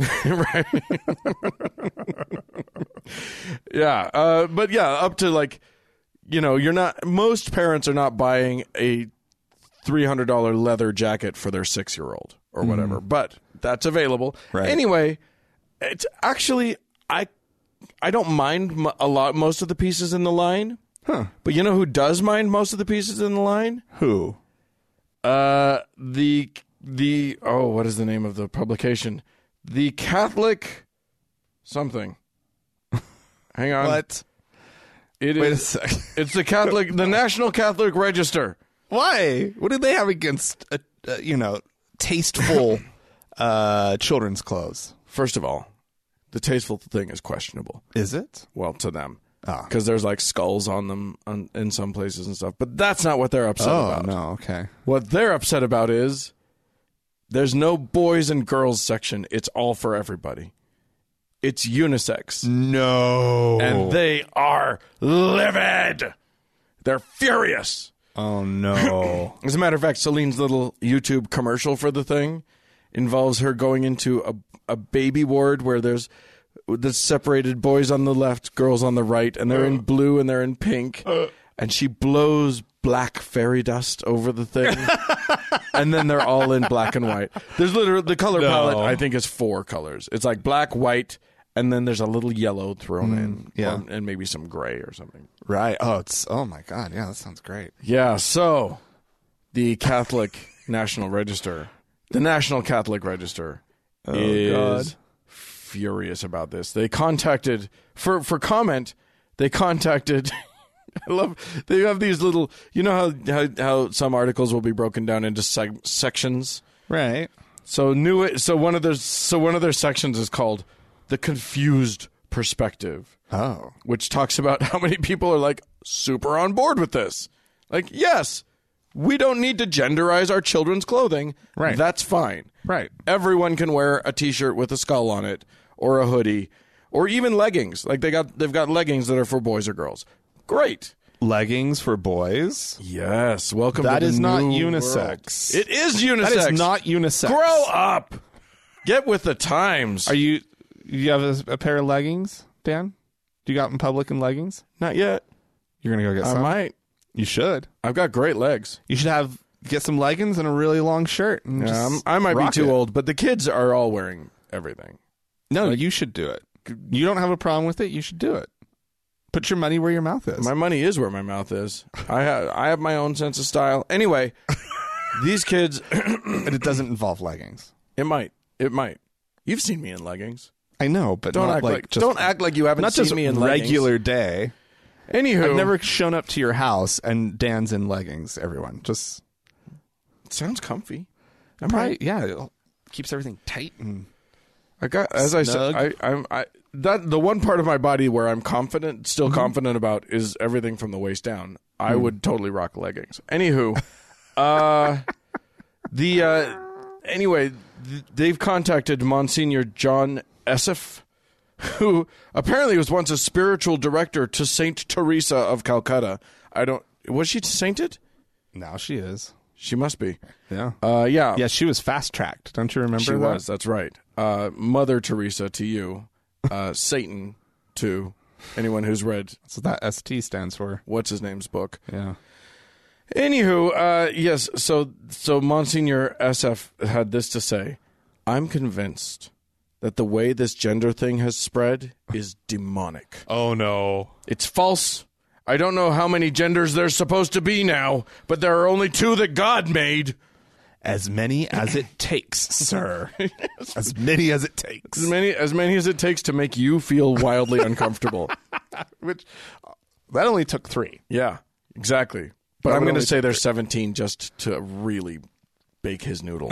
yeah, uh, but yeah, up to like, you know, you're not. Most parents are not buying a three hundred dollar leather jacket for their six year old or whatever, but that's available.
Mm-hmm. Right.
Anyway, it's actually I I don't mind m- a lot most of the pieces in the line.
Huh.
But you know who does mind most of the pieces in the line?
Who?
Uh, the the oh, what is the name of the publication? The Catholic something. Hang on.
What?
It
Wait a
is.
sec.
It's the Catholic, the National Catholic Register.
Why? What did they have against uh, uh, you know tasteful uh, children's clothes?
First of all, the tasteful thing is questionable.
Is it?
Well, to them,
Ah.
because there's like skulls on them on, in some places and stuff. But that's not what they're upset
Oh
about.
no. Okay.
What they're upset about is there's no boys and girls section. It's all for everybody. It's unisex.
No.
and they are livid. They're furious.
oh no.
As a matter of fact, Celine's little YouTube commercial for the thing involves her going into a a baby ward where there's the separated boys on the left, girls on the right, and they're in blue and they're in pink. And she blows black fairy dust over the thing. and then they're all in black and white. There's literally the color palette I think is four colors. It's like black, white, and then there's a little yellow thrown in.
yeah.
or- and maybe some gray or something.
right. Oh, it's. Oh my God. Yeah, that sounds great.
Yeah, so the Catholic National Register, the National Catholic Register is
God.
furious about this. They contacted for for comment, they contacted I love they have these little you know how how, how some articles will be broken down into seg- sections.
Right.
So new so one of their so one of their sections is called the confused perspective.
Oh.
which talks about how many people are like super on board with this. Like, yes, we don't need to genderize our children's clothing.
Right.
That's fine.
Right.
Everyone can wear a t-shirt with a skull on it or a hoodie or even leggings. Like they got they've got leggings that are for boys or girls. Great.
Leggings for boys.
Yes, welcome
That
to the
is not
new
unisex.
world. It is unisex.
That is not unisex.
Grow up. Get with the times.
Are you you have a, a pair of leggings, Dan? Do you go out in public in leggings?
not yet.
You're gonna go get
I
some.
might.
You should.
I've got great legs.
You should have get some leggings and a really long shirt. And just
Um, I might be
rock
too
it.
old, but the kids are all wearing everything.
No, you should do it. You don't have a problem with it. You should do it. Put your money where your mouth is.
My money is where my mouth is. I have, I have my own sense of style. Anyway, these kids,
and it doesn't involve leggings.
it might, it might. You've seen me in leggings.
I know, but
Don't
not
act like,
like, just,
don't act like you haven't
not
seen
just
me in
regular day.
Leggings. Anywho,
I've never shown up to your house and Dan's in leggings. Everyone just
sounds comfy. I'm
probably yeah. It keeps everything tight and
I got as I said,
Snug.
I, I'm I that the one part of my body where I'm confident, still confident about, is everything from the waist down. I would totally rock leggings. Anywho, uh, the uh, anyway, th- they've contacted Monsignor John Essef, who apparently was once a spiritual director to Saint Teresa of Calcutta. I don't was she sainted?
now she is.
She must be.
Yeah.
Uh, yeah,
Yeah, she was fast tracked. Don't you remember?
She
that?
was. That's right. Uh, Mother Teresa to you, uh, Satan to anyone who's read
That's what that ST stands for.
what's his name's book.
Yeah.
Anywho, uh, yes. So so Monsignor SF had this to say: I'm convinced that the way this gender thing has spread is demonic.
Oh no.
It's false. I don't know how many genders there's supposed to be now, but there are only two that God made.
As many as it takes, sir. As many as it
As
takes.
many as many as it takes to make you feel wildly uncomfortable.
Which uh, that only took three.
Yeah, exactly. But
That
I'm
would
going to
only
say they're 17 just to really bake his noodle.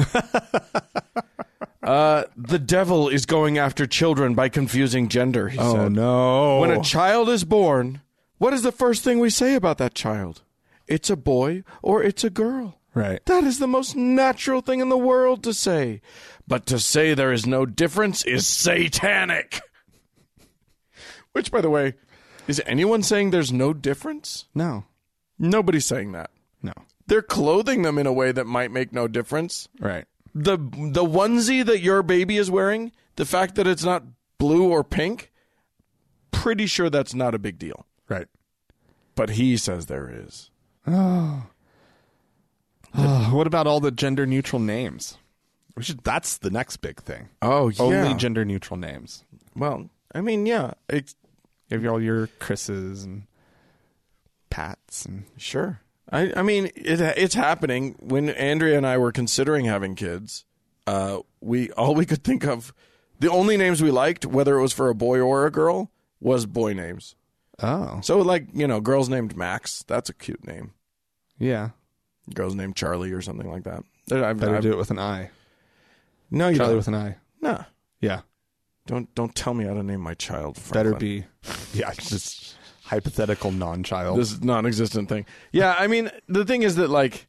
uh, the devil is going after children by confusing gender, he
Oh.
said.
no.
When a child is born, what is the first thing we say about that child? It's a boy or it's a girl.
right.
That is the most natural thing in the world to say. But to say there is no difference is satanic. Which, by the way, is anyone saying there's no difference?
No.
Nobody's saying that.
No.
They're clothing them in a way that might make no difference.
Right.
The the onesie that your baby is wearing, the fact that it's not blue or pink, pretty sure that's not a big deal.
Right.
But he says there is.
Uh, what about all the gender neutral names? We should that's the next big thing.
Oh yeah.
Only gender neutral names.
well, I mean, yeah. It's,
You have all your Chris's and Pats and
sure. I I mean, it it's happening. When Andrea and I were considering having kids, uh, we all we could think of, the only names we liked, whether it was for a boy or a girl, was boy names.
Oh.
So like, you know, girls named Max, that's a cute name.
Yeah.
Girls named Charlie or something like that. There- I've,
Better
I've-
do it with an I.
no, you
Charlie
don't.
with an I.
no.
Yeah.
Don't don't tell me how to name my child.
better
Franklin.
be yeah just hypothetical non-child
this non-existent thing. Yeah, I mean, the thing is that like,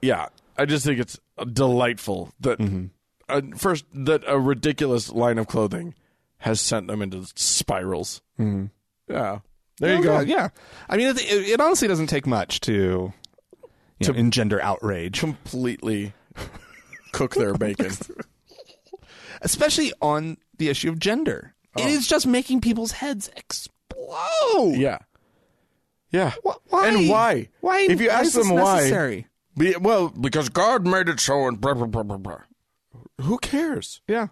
yeah, I just think it's delightful that
Mm-hmm.
uh, first that a ridiculous line of clothing has sent them into spirals. Yeah, there you go.
Oh, God, Mm-hmm. yeah i mean it, it, it honestly doesn't take much to you know, engender outrage
Completely cook their bacon.
especially on the issue of gender
Oh.
it is just making people's heads explode
yeah, yeah.
Wh- why
And why?
why
If you
why
ask
is this
them why-
necessary?
Be, well, because God made it so, and blah, blah, blah, blah, blah. Who cares?
yeah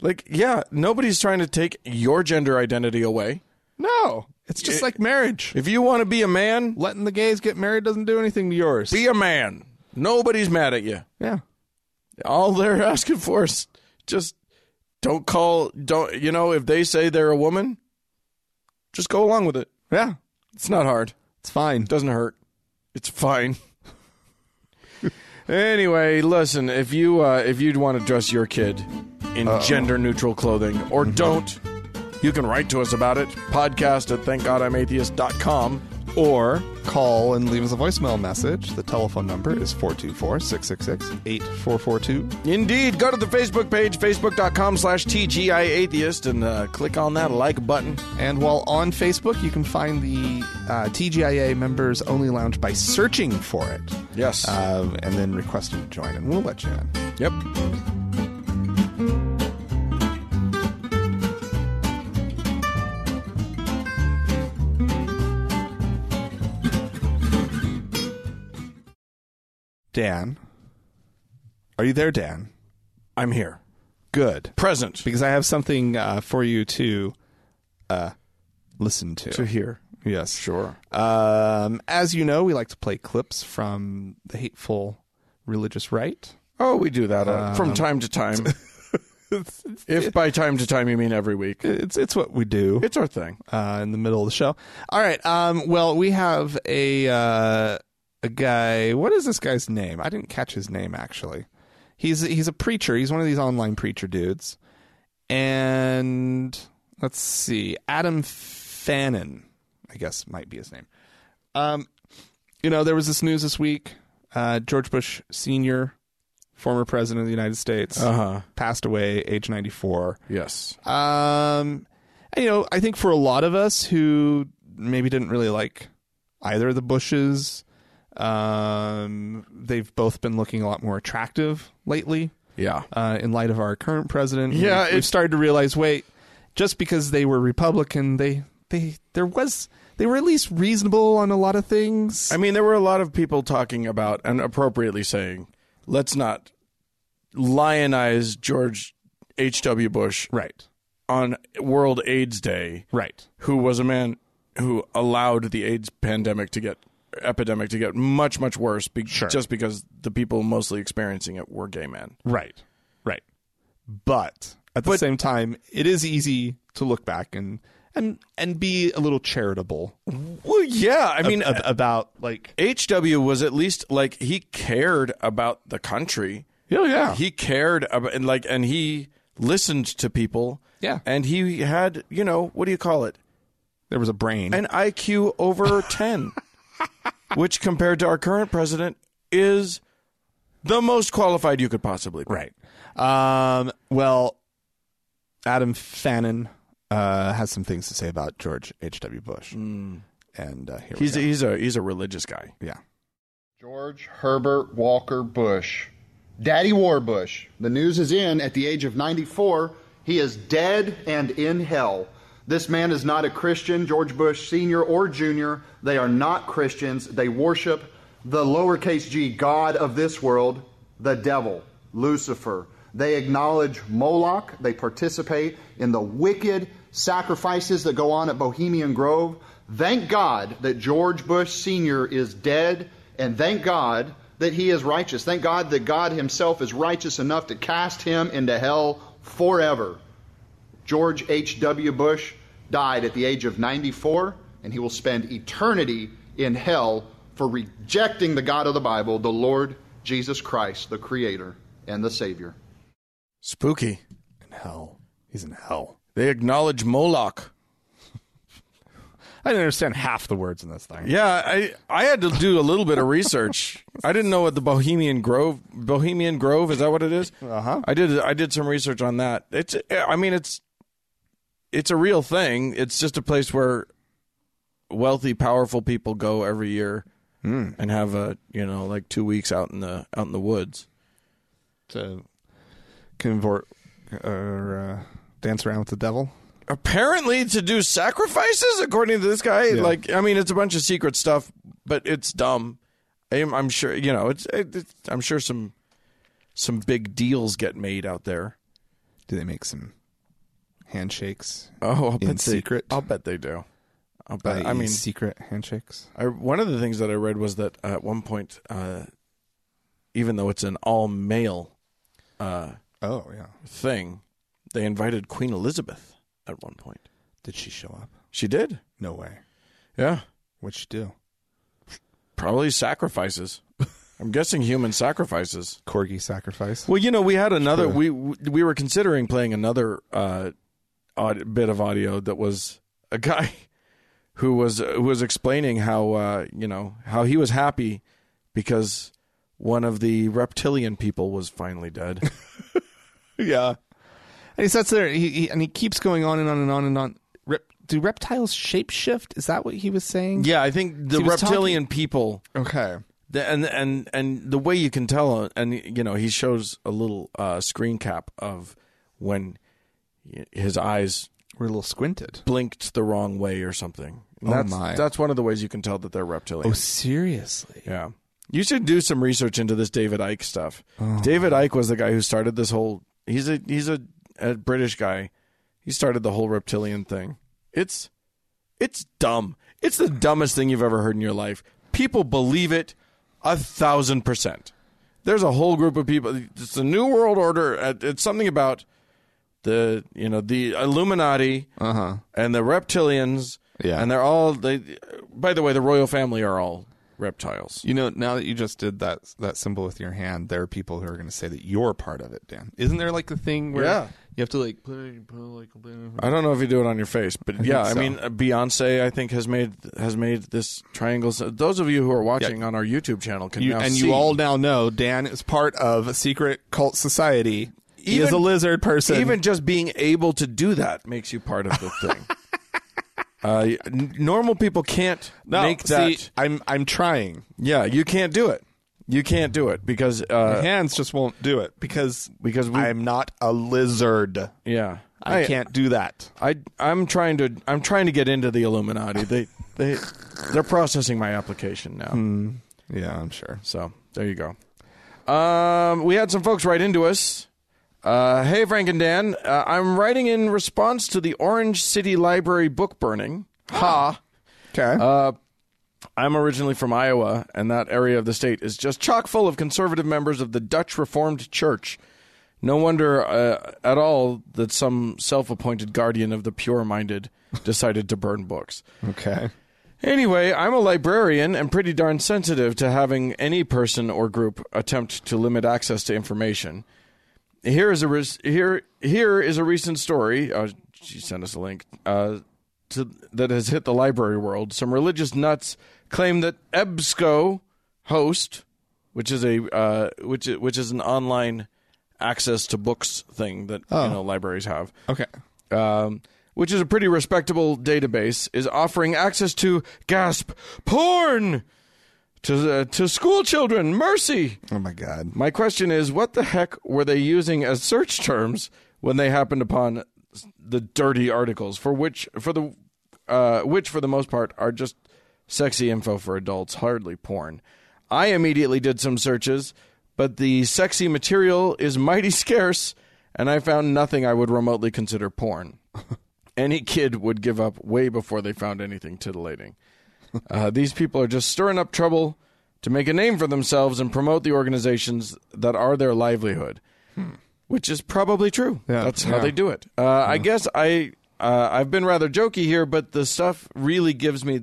Like, yeah, nobody's trying to take your gender identity away.
no it's just like marriage
If you want to be a man,
letting the gays get married doesn't do anything to yours
be a man. Nobody's mad at you.
yeah
All they're asking for is just don't call, don't, you know, if they say they're a woman, just go along with it.
yeah
It's not hard.
it's fine
Doesn't hurt. It's fine. anyway, listen, if you uh, if you'd want to dress your kid in gender neutral clothing or don't, You can write to us about it, podcast at thankgodimatheist.com.
Or call and leave us a voicemail message. The telephone number is 424 666 8442.
Indeed, go to the Facebook page, facebook.com slash TGI Atheist, and uh, click on that like button.
And while on Facebook, you can find the uh, TGIA Members Only Lounge by searching for it
Yes.
um, and then requesting to join, and we'll let you in.
yep.
Dan, are you there, Dan?
I'm here.
Good.
Present.
Because I have something uh, for you to uh, listen to.
here.
yes.
Sure.
Um, as you know, we like to play clips from the hateful religious right.
Oh, we do that uh, from time to time. if by time to time you mean every week,
It's it's what we do
it's our thing.
uh, in the middle of the show. All right. Um, well, we have a uh, a guy. What is this guy's name? I didn't catch his name actually. He's he's a preacher. He's one of these online preacher dudes. And let's see, Adam Fannin, I guess might be his name. Um, you know, there was this news this week. Uh, George Bush Senior, former president of the United States,
huh.
passed away, age ninety four.
Uh-huh. Yes.
Um, and, you know, I think for a lot of us who maybe didn't really like either of the Bushes, um, they've both been looking a lot more attractive lately.
Yeah.
Uh, in light of our current president, And
Yeah,
we've, we've
it-
started to realize. Wait, just because they were Republican, they they there was they were at least reasonable on a lot of things.
I mean, there were a lot of people talking about and appropriately saying, let's not lionize George H.W. Bush
right,
on World AIDS Day,
right,
who was a man who allowed the AIDS pandemic to get epidemic to get much much worse be- just because the people mostly experiencing it were gay men.
right, right. But at the same time, it is easy to look back and and and be a little charitable
Well, yeah, I mean
ab- about like
HW was at least like he cared about the country.
oh yeah
He cared about and like and he listened to people.
Yeah.
And he had, you know, what do you call it?
there was a brain
An IQ over 10, which compared to our current president is the most qualified you could possibly be.
right um well adam fannin uh has some things to say about george h.w bush and uh here
He's
we
he's a he's a religious guy.
go. yeah
George Herbert Walker Bush. Daddy War Bush. The news is in at the age of 94. He is dead and in hell. This man is not a Christian, George Bush Sr. or Jr. They are not Christians. They worship the lowercase g God of this world, the devil, Lucifer. They acknowledge Moloch. They participate in the wicked sacrifices that go on at Bohemian Grove. Thank God that George Bush Sr. is dead, and thank God that he is righteous. Thank God that God himself is righteous enough to cast him into hell forever. George H.W. Bush died at the age of 94, and he will spend eternity in hell for rejecting the God of the Bible, the Lord Jesus Christ, the Creator and the Savior.
Spooky.
in hell he's in hell
They acknowledge Moloch.
i didn't understand half the words in this thing
Yeah, I I had to do a little bit of research. I didn't know what the Bohemian Grove Bohemian Grove is that what it is? Uh-huh. I did I did some research on that. It's I mean it's it's a real thing. It's just a place where wealthy powerful people go every year and have a, you know, like 2 weeks out in the out in the woods.
to convert or uh, dance around with the devil
Apparently to do sacrifices according to this guy. Like I mean it's a bunch of secret stuff, but it's dumb. I'm, I'm sure, you know, it's, it's I'm sure some some big deals get made out there.
do they make some handshakes
Oh, I'll
In secret?
I'll bet they do. I'll bet. I
i.e.
mean,
secret handshakes
I, one of the things that I read was that uh, at one point, uh, even though it's an all male
oh yeah
thing, they invited Queen Elizabeth at one point.
did she show up
She did.
no way
Yeah,
what'd she do
probably sacrifices. I'm guessing human sacrifices.
corgi sacrifice
Well, you know, we had another. We we were considering playing another uh, aud- bit of audio that was a guy who was who was explaining how uh, you know how he was happy because one of the reptilian people was finally dead.
Yeah. And he sits there he, he, and he keeps going on and on and on and on. Rep, do reptiles shapeshift? Is that what he was saying?
yeah, I think the
He was
reptilian people
Okay.
The, and and and the way you can tell, and you know, he shows a little uh, screen cap of when y- his eyes
We're a little squinted.
blinked the wrong way or something. And
Oh,
that's,
my.
That's one of the ways you can tell that they're reptilian.
Oh, seriously?
yeah, you should do some research into this David Ike stuff. David Ike was the guy who started this whole. He's a he's a, a British guy. He started the whole reptilian thing. It's it's dumb. It's the dumbest thing you've ever heard in your life. People believe it a thousand percent. There's a whole group of people. It's the New World Order. uh, It's something about the you know the Illuminati and the reptilians.
Yeah.
and they're all. They, by the way, the royal family are all reptiles.
You know, now that you just did that that symbol with your hand, there are people who are going to say that you're part of it, Dan. Isn't there like the thing where
Yeah.
you have to like put it, put it like put it-
I don't know if you do it on your face, but yeah, I
so.
mean uh, Beyonce. I think has made has made this triangle. So those of you who are watching on our YouTube channel can
you,
now
and
see-
you all now know Dan is part of a secret cult society. he is
Even-
a lizard person.
even just being able to do that makes you part of the thing. uh, n- normal people can't
no,
make
see,
that.
I'm I'm trying.
Yeah, you can't do it. You can't do it because uh,
Hands just won't do it because
because we
I'm not a lizard.
yeah
I, can't do that.
I I'm trying to I'm trying to get into the Illuminati. They they they're processing my application now.
Yeah, I'm sure.
So there you go. Um, we had some folks write into us. Uh, hey Frank and Dan, uh, I'm writing in response to the Orange City Library book burning. Ha.
Okay.
I'm originally from Iowa, and that area of the state is just chock full of conservative members of the Dutch Reformed Church. No wonder uh, at all that some self appointed guardian of the pure minded decided to burn books.
okay.
Anyway, I'm a librarian and pretty darn sensitive to having any person or group attempt to limit access to information. Here is a res- here here is a recent story. Uh, she sent us a link uh, to, that has hit the library world. Some religious nuts claim that EBSCO host, which is a uh, which i- which is an online access to books thing that you know libraries have
Okay.
um, which is a pretty respectable database, is offering access to gasp porn to uh, to school children. Mercy.
Oh my god.
My question is, what the heck were they using as search terms when they happened upon the dirty articles for which for the uh, which for the most part are just sexy info for adults, hardly porn. I immediately did some searches, but the sexy material is mighty scarce, and I found nothing I would remotely consider porn. Any kid would give up way before they found anything titillating. Uh, these people are just stirring up trouble to make a name for themselves and promote the organizations that are their livelihood, which is probably true.
Yeah,
That's how
yeah.
they do it. Uh, I guess I uh, I've been rather jokey here, but the stuff really gives me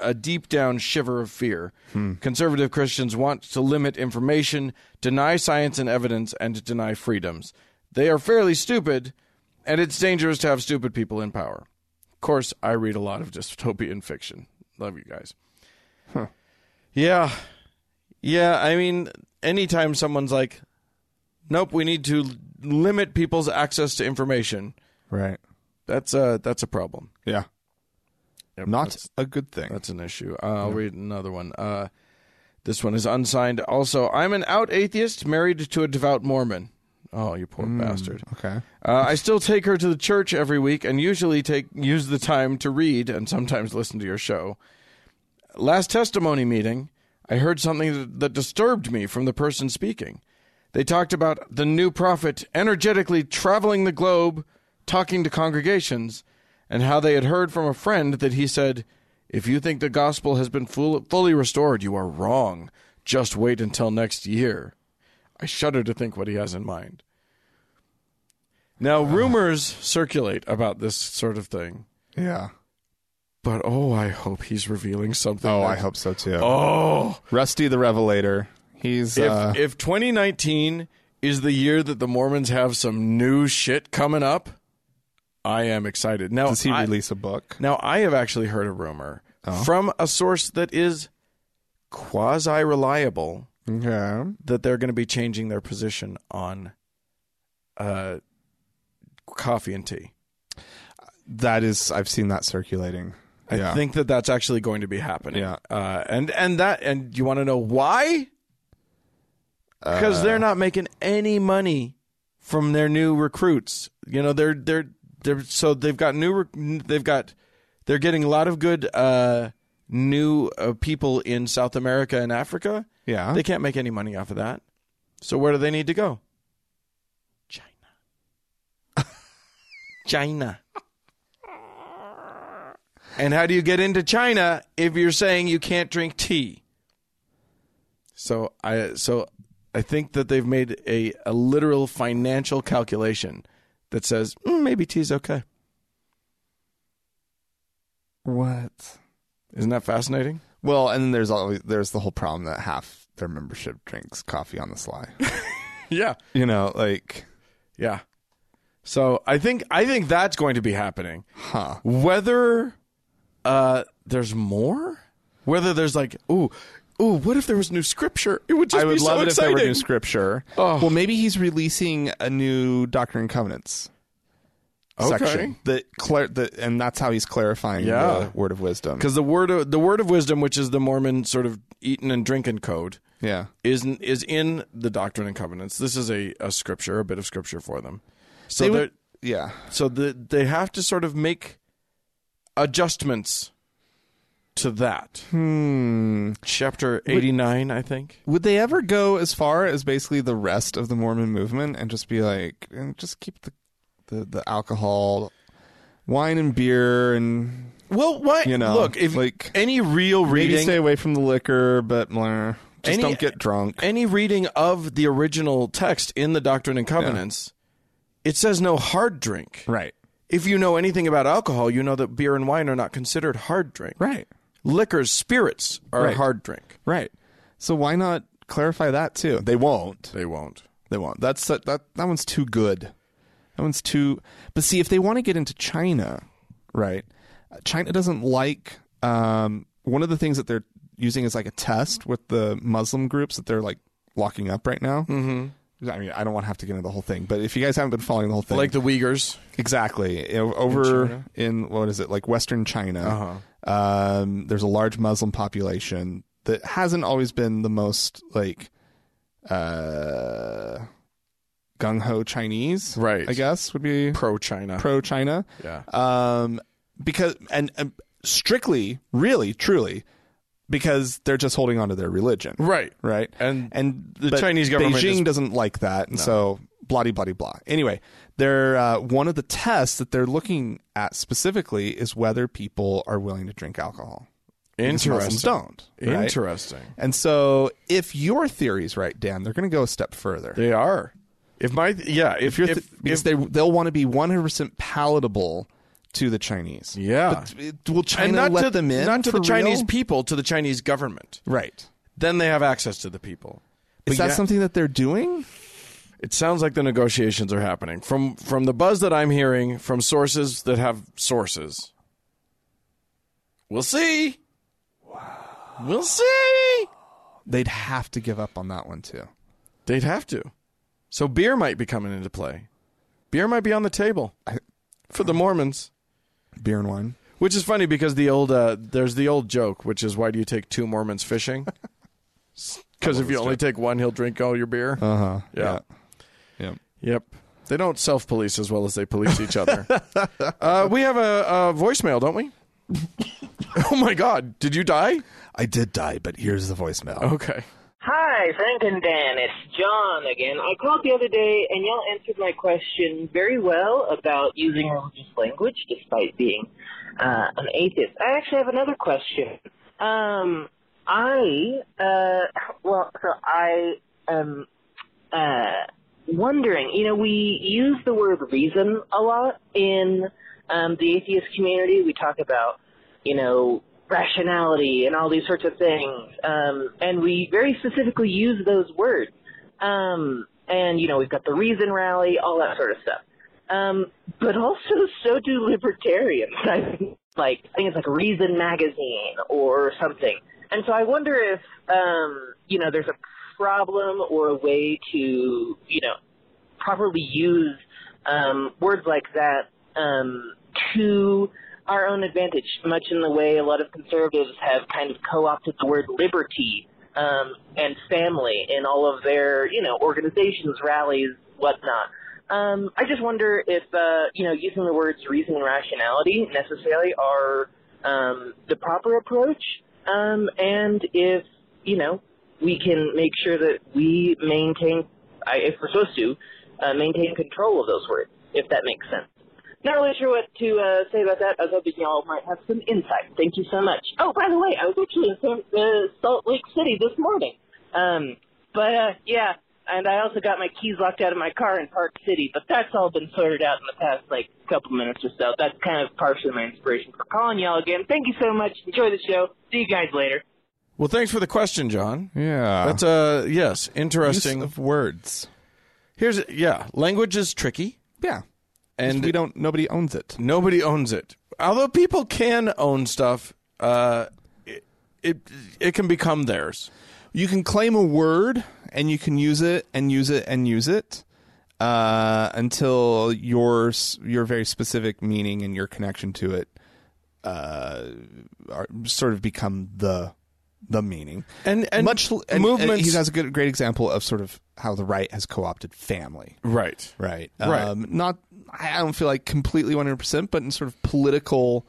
a deep down shiver of fear.
Hmm.
Conservative Christians want to limit information, deny science and evidence, and deny freedoms. They are fairly stupid, and it's dangerous to have stupid people in power. Of course, I read a lot of dystopian fiction. Love you guys. Yeah. Yeah, I mean, anytime someone's like, nope, we need to limit people's access to information,
Right.
that's a, that's a problem.
Yeah. Not a good thing.
That's an issue. Uh, I'll read another one. Uh, this one is unsigned. Also, I'm an out atheist married to a devout Mormon. Oh, you poor bastard.
okay.
Uh, I still take her to the church every week and usually take use the time to read and sometimes listen to your show. Last testimony meeting, I heard something that, that disturbed me from the person speaking. They talked about the new prophet energetically traveling the globe, talking to congregations, and how they had heard from a friend that he said, If you think the gospel has been full, fully restored, you are wrong. Just wait until next year. I shudder to think what he has in mind. Now,
Ah.
rumors circulate about this sort of thing,
Yeah.
but oh, I hope he's revealing something.
Oh,
that-
I hope so too.
Oh,
Rusty the Revelator. He's
if,
uh,
if 2019 is the year that the Mormons have some new shit coming up, I am excited. Now,
Does he Oh.
I,
release a book?
now I have actually heard a rumor from a source that is quasi reliable
Okay.
that they're going to be changing their position on uh, coffee and tea.
That is, I've seen that circulating.
I
yeah.
think that that's actually going to be happening.
Yeah.
Uh, and and that and you want to know why? Because they're not making any money from their new recruits. You know, they're they're they're so they've got new rec- they've got they're getting a lot of good uh, new uh, people in South America and Africa.
yeah.
They can't make any money off of that. So where do they need to go? China. China. And how do you get into China if you're saying you can't drink tea? So I so I think that they've made a, a literal financial calculation that says "Mm, maybe tea's okay.
what?
Isn't that fascinating?
Well, and then there's always there's the whole problem that half their membership drinks coffee on the sly.
Yeah.
you know, like
Yeah. So I think I think that's going to be happening.
Huh.
Whether uh there's more? Whether there's like, ooh, ooh, what if there was new scripture? It would just
I
be
would
so
love it
exciting.
if there were new scripture.
Oh.
Well, maybe he's releasing a new Doctrine and Covenants
Okay.
section that clar- that, and that's how he's clarifying
Yeah.
the word of wisdom.
Because the word of the word of wisdom, which is the Mormon sort of eating and drinking code,
Yeah.
is n- is in the Doctrine and Covenants. This is a, a scripture, a bit of scripture for them. So
They
they
would- yeah.
so the, they have to sort of make adjustments to that.
Hmm.
Chapter eighty nine, I think.
Would they ever go as far as basically the rest of the Mormon movement and just be like, eh, just keep the, the, the alcohol, wine and beer, and
Well, why?
You know,
look, if
like-
any real
maybe
reading,
stay away from the liquor, but blah, just
Any-
don't get drunk.
any reading of the original text in the Doctrine and Covenants, it says no hard drink.
right.
If you know anything about alcohol, you know that beer and wine are not considered hard drink.
Right.
Liquors, spirits are
Right.
hard drink.
Right. So why not clarify that too? They won't.
They won't.
They won't. That's that that, that one's too good. That one's too. But see, if they want to get into China, right? uh, China doesn't like. Um, one of the things that they're using is like a test with the Muslim groups that they're like locking up right now. Mm-hmm. I mean, I don't want to have to get into the whole thing, but if you guys haven't been following the whole thing,
Like the Uyghurs.
Exactly. O- Over in, what is it, like Western China, um, there's a large Muslim population that hasn't always been the most like uh, gung ho Chinese,
Right.
I guess would be
Pro China.
pro China.
yeah.
Um, because and, and strictly, really, truly, because they're just holding on to their religion,
Right.
right?
And
and
the
but
Chinese government
Beijing
is-
doesn't like that, and so blah blah blah blah. Anyway, they're uh, one of the tests that they're looking at specifically is whether people are willing to drink alcohol. Because Muslims
Interesting.
don't. right?
Interesting.
And so, if your theory's right, Dan, they're going to go a step further.
They are. If my yeah, if,
if you're th-
if,
because
if-
they they'll want to be 100 percent palatable to the Chinese.
yeah,
But it- will
and
China
not
let
to
them in?
not to
for
the Chinese
real?
people, to the Chinese government.
right?
Then they have access to the people.
Is
But
that
yeah.
something that they're doing?
It sounds like the negotiations are happening. From from the buzz that I'm hearing from sources that have sources. We'll see. We'll see.
They'd have to give up on that one too.
They'd have to. So beer might be coming into play. Beer might be on the table
I-
for the Mormons,
Beer and wine.
which is funny because the old uh, there's the old joke, which is why do you take two Mormons fishing? Because if you only take one, he'll drink all your beer.
Uh huh.
Yeah.
Yeah.
Yep. They don't self police as well as they police each other. uh, we have a, a voicemail, don't we? oh my God. Did you die?
I did die, but here's the voicemail.
Okay.
Hi, Frank and Dan. It's John again. I called the other day, and y'all answered my question very well about using religious language despite being uh, an atheist. I actually have another question. Um, I, uh, well, so I am uh, wondering, you know, we use the word reason a lot in um, the atheist community. We talk about, you know, rationality and all these sorts of things. Um, and we very specifically use those words. Um, and, you know, we've got the reason rally, all that sort of stuff. Um, but also so do libertarians. I like I think it's like Reason magazine or something. And so I wonder if um, you know there's a problem or a way to you know properly use um, words like that um, to our own advantage, much in the way a lot of conservatives have kind of co-opted the word liberty um, and family in all of their, you know, organizations, rallies, whatnot. Um, I just wonder if, uh, you know, using the words reason and rationality necessarily are um, the proper approach, um, and if, you know, we can make sure that we maintain, I- if we're supposed to, uh, maintain control of those words, if that makes sense. Not really sure what to uh, say about that. I was hoping y'all might have some insight. Thank you so much. Oh, by the way, I was actually in San- uh, Salt Lake City this morning. Um, but uh, yeah, and I also got my keys locked out of my car in Park City. But that's all been sorted out in the past like couple minutes or so. That's kind of partially my inspiration for calling y'all again. Thank you so much. Enjoy the show. See you guys later.
Well, thanks for the question, John.
Yeah.
That's uh yes,
use
interesting.
of words.
Here's yeah, language is tricky
Yeah.
and
we don't nobody owns it.
nobody owns it. Although people can own stuff, uh it it, it can become theirs.
You can claim a word and you can use it and use it and use it uh, until your s- your very specific meaning and your connection to it uh, are, sort of become the the meaning.
And and
Much l- and,
movements
And he has a good great example of sort of how the right has co-opted family.
right.
Right.
Right.
Um, not I don't feel like completely 100%, but in sort of political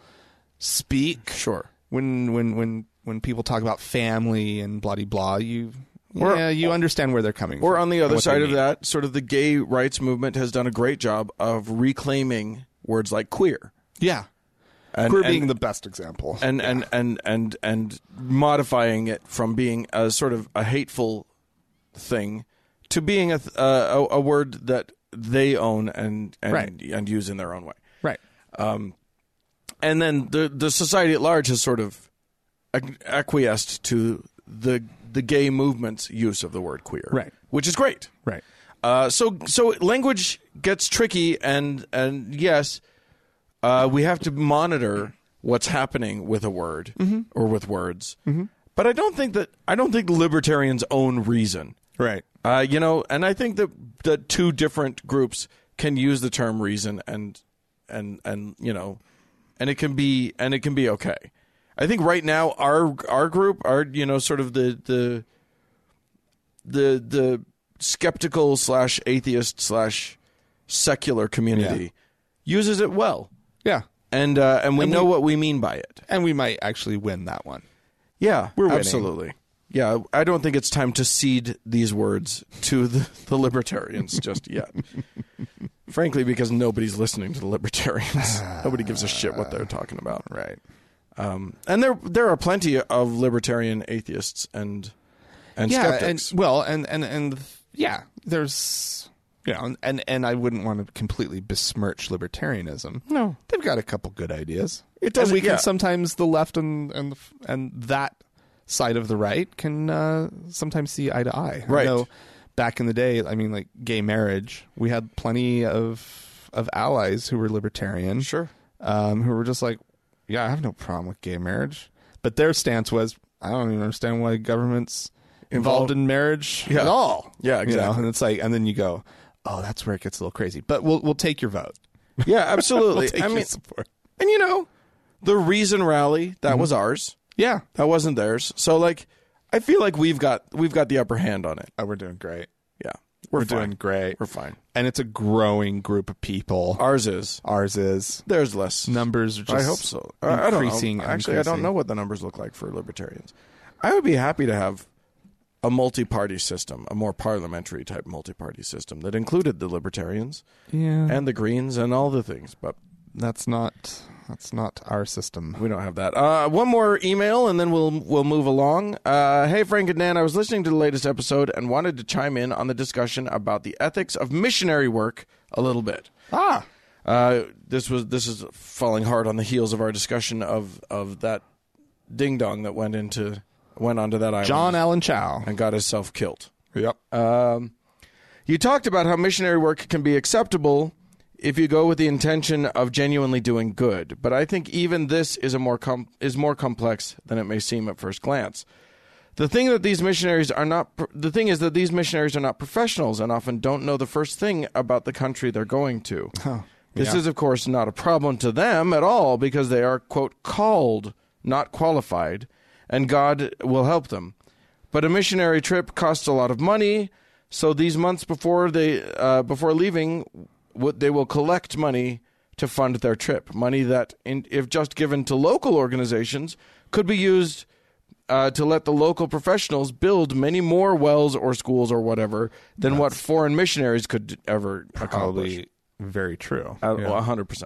speak.
Sure.
When when when when people talk about family and blah de blah, you
Or-
yeah, you understand where they're coming from.
Or on the
and
other
what they
side of
mean.
that, sort of the gay rights movement has done a great job of reclaiming words like queer.
Yeah.
And,
Queer
and-
being the best example.
and and and and and modifying it from being a sort of a hateful thing to being a th- uh, a, a word that they own and and
Right.
and use in their own way.
right.
And then the the society at large has sort of ac- acquiesced to the the gay movement's use of the word queer,
Right.
Which is great.
Right.
Uh, so so language gets tricky, and and yes, uh, we have to monitor what's happening with a word or with words. But I don't think that I don't think libertarians own reason.
Right.
Uh, you know, and I think that that two different groups can use the term reason and and and you know, and it can be and it can be okay. I think right now our our group our you know sort of the the the the skeptical slash atheist slash secular community uses it well,
Yeah.
and uh, and we know what we mean by it.
And we might actually win that one.
Yeah, we're
winning.
absolutely. Yeah, I don't think it's time to cede these words to the, the libertarians just yet. Frankly, because nobody's listening to the libertarians. Nobody gives a shit what they're talking about.
Right.
And there there are plenty of libertarian atheists and and
yeah,
skeptics.
and well, and and and yeah, there's you know, and- and and I wouldn't want to completely besmirch libertarianism. No, they've got a couple good ideas. It
doesn't-
we can
yeah.
sometimes the left and and the f- and that side of the right can uh, sometimes see eye to eye. I
Right.
know back in the day, I mean, like gay marriage, we had plenty of of allies who were libertarian.
Sure.
Um, who were just like, yeah, I have no problem with gay marriage, but their stance was, I don't even understand why governments involved in marriage
Yeah.
at all.
Yeah,
You know,
exactly.
And it's like, and then you go, oh, that's where it gets a little crazy. But we'll we'll take your vote.
yeah,
We'll
absolutely.
take
I
your
mean,
support. Mm-hmm.
and you know, the Reason Rally that was ours,
Yeah,
that wasn't theirs. So like, I feel like we've got we've got the upper hand on it.
oh, we're doing great.
Yeah, we're, fine.
doing great.
We're fine.
and it's a growing group of people.
Ours is.
Ours is
There's less
numbers are
I
just.
hope so. I, I don't know.
increasing.
Actually, I don't know what the numbers look like for libertarians. I would be happy to have a multi-party system, a more parliamentary type multi-party system that included the libertarians
Yeah,
and the Greens and all the things, but
that's not that's not our system.
we don't have that. Uh, one more email, and then we'll we'll move along. Uh, hey, Frank and Dan, I was listening to the latest episode and wanted to chime in on the discussion about the ethics of missionary work a little bit.
Ah,
Uh, this was this is falling hard on the heels of our discussion of of that ding dong that went into went onto that island
John Allen Chow.
and got himself killed.
Yep.
You talked about how missionary work can be acceptable if you go with the intention of genuinely doing good. But I think even this is a more com- is more complex than it may seem at first glance. The thing that these missionaries are not the thing is that these missionaries are not professionals and often don't know the first thing about the country they're going to. This is of course not a problem to them at all because they are quote called, not qualified, and God will help them. But a missionary trip costs a lot of money, so these months before they uh, before leaving, what they will collect money to fund their trip. Money that, in, if just given to local organizations, could be used uh, to let the local professionals build many more wells or schools or whatever than what foreign missionaries could ever accomplish.
Probably very true.
Uh, well, 100%.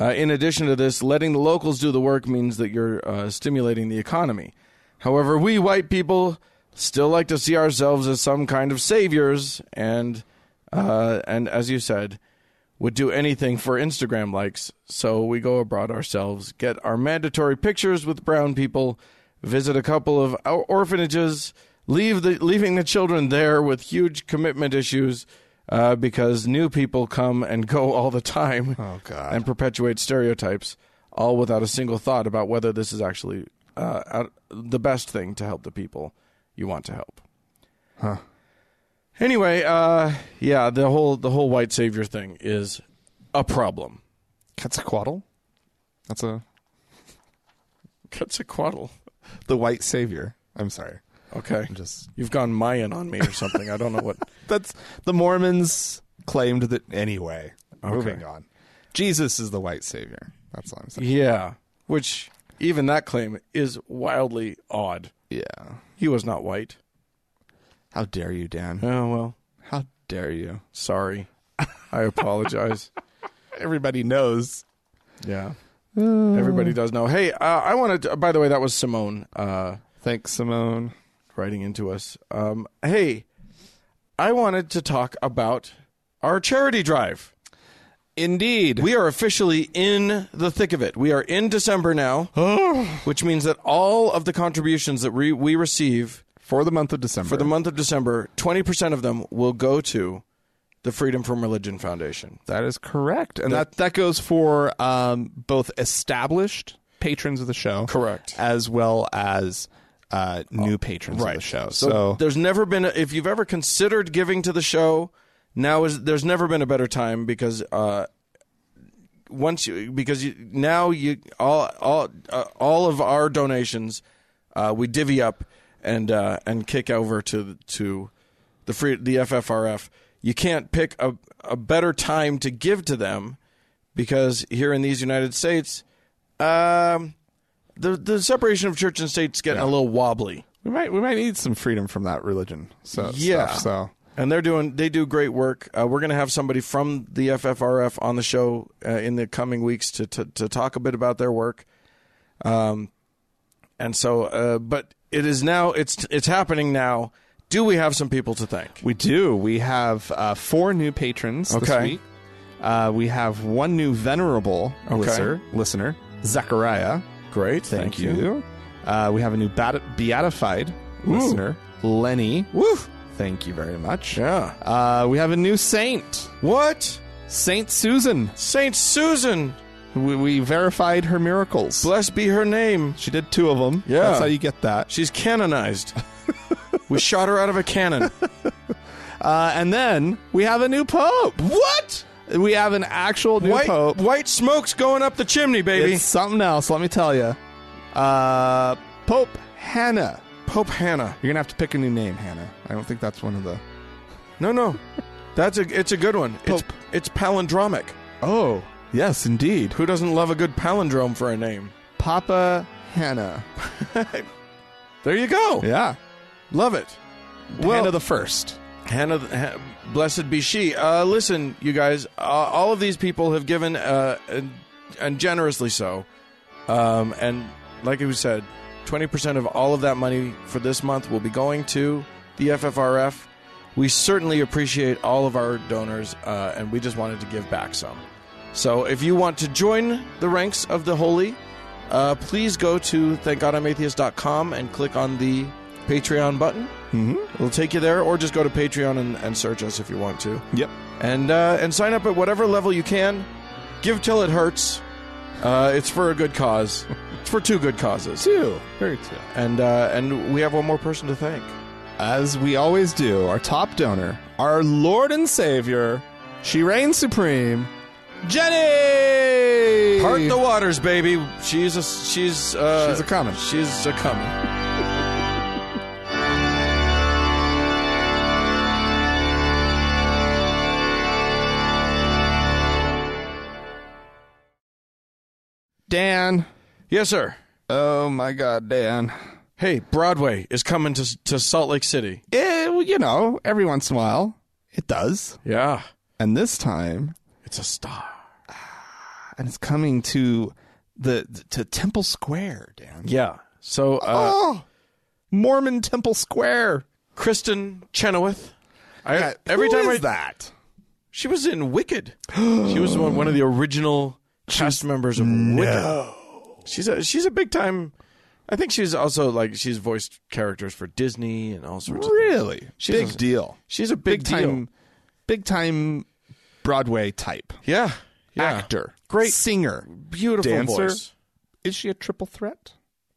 Uh, in addition to this, letting the locals do the work means that you're uh, stimulating the economy. However, we white people still like to see ourselves as some kind of saviors, and uh, and as you said, would do anything for Instagram likes. So we go abroad ourselves, get our mandatory pictures with brown people, visit a couple of or- orphanages, leave the leaving the children there with huge commitment issues. Uh, because new people come and go all the time
Oh, God.
and perpetuate stereotypes, all without a single thought about whether this is actually uh, out, the best thing to help the people you want to help. Huh. Anyway, uh, yeah, the whole the whole white savior thing is a problem.
Quetzalcoatl? That's a
Quetzalcoatl.
the white savior. I'm sorry.
Okay,
I'm just
you've gone Mayan on me or something. I don't know what.
that's the Mormons claimed that anyway. Moving on. Jesus is the white savior. That's all I'm saying.
Yeah, which even that claim is wildly odd.
Yeah.
He was not white.
How dare you, Dan?
Oh well,
How dare you?
sorry. I apologize.
Everybody knows.
Yeah. Everybody does know. Hey, uh, I wanted. To, by the way, that was Simone uh,
Thanks, Simone.
writing into us. Um, hey, I wanted to talk about our charity drive.
Indeed.
We are officially in the thick of it. We are in December now, which means that all of the contributions that we, we receive
for the month of December.
for the month of December, twenty percent of them will go to the Freedom from Religion Foundation.
That is correct, and that that goes for um, both established patrons of the show,
Correct.
as well as uh, new patrons of the show. So,
there's never been a, if you've ever considered giving to the show now is there's never been a better time because uh once you because you now you all all uh, all of our donations uh we divvy up and uh and kick over to to the free the FFRF you can't pick a a better time to give to them because here in these United States um the the separation of church and state's getting a little wobbly
we might we might need some freedom from that religion. So
Yeah.
stuff, so
and they're doing they do great work. Uh, we're going to have somebody from the FFRF on the show uh, in the coming weeks to, to to talk a bit about their work. Um, and so, uh, but it is now it's it's happening now. Do we have some people to thank?
we do. We have uh, four new patrons this
Okay.
week. Uh, we have one new venerable listener, listener Zachariah.
Great, thank, you.
Uh, we have a new bat- beatified listener, Lenny.
Woo!
Thank you very much.
Yeah.
Uh, we have a new saint.
What?
Saint Susan.
Saint Susan,
We, we verified her miracles.
blessed be her name.
She did two of them.
Yeah.
That's how you get that.
She's canonized. we shot her out of a cannon.
Uh, and then we have a new pope. What? We have an actual new
White
pope.
white smoke's going up the chimney, baby.
It's something else, let me tell you. Uh, pope Hannah.
Pope Hannah.
You're going to have to pick a new name, Hannah. I don't think that's one of the.
No, no. That's a it's a good one. It's
Pope.
it's palindromic.
Oh, yes, indeed.
Who doesn't love a good palindrome for a name?
Papa Hannah.
There you go.
Yeah.
Love it.
Hannah the First.
Hannah, ha- blessed be she. Uh, listen, you guys, uh, all of these people have given, uh, and, and generously so. Um, and like we said, 20% of all of that money for this month will be going to the FFRF. We certainly appreciate all of our donors, uh, and we just wanted to give back some. So if you want to join the ranks of the holy, uh, please go to thankgodimatheist.com and click on the Patreon button. It'll take you there, or just go to Patreon and, and search us if you want to.
Yep.
and uh, and sign up at whatever level you can. Give till it hurts. Uh, it's for a good cause. It's for two good causes.
Two. Very two.
And uh, and we have one more person to thank.
As we always do, our top donor, our Lord and Savior, she reigns supreme, Jenny!
Part the waters, baby. She's a she's uh,
She's a common.
She's a coming.
Dan.
Yes, sir.
Oh my God, Dan.
Hey, Broadway is coming to to Salt Lake City.
Eh, well, you know, every once in a while, it does.
Yeah,
And this time,
it's a star.
and it's coming to the to Temple Square, Dan.
Yeah. So, uh,
Oh, Mormon Temple Square.
Kristen Chenoweth. I,
Every time I
I
that
she was in Wicked. she was one, one of the original cast members of Wicked. She's a she's a big time. I think she's also like she's voiced characters for Disney and all sorts. of things.
really
She's
big
a-
deal,
She's a
big,
big,
time,
deal.
big time Broadway type
Yeah. Yeah.
actor,
Great.
singer,
Beautiful
dancer.
voice.
Is she a triple threat?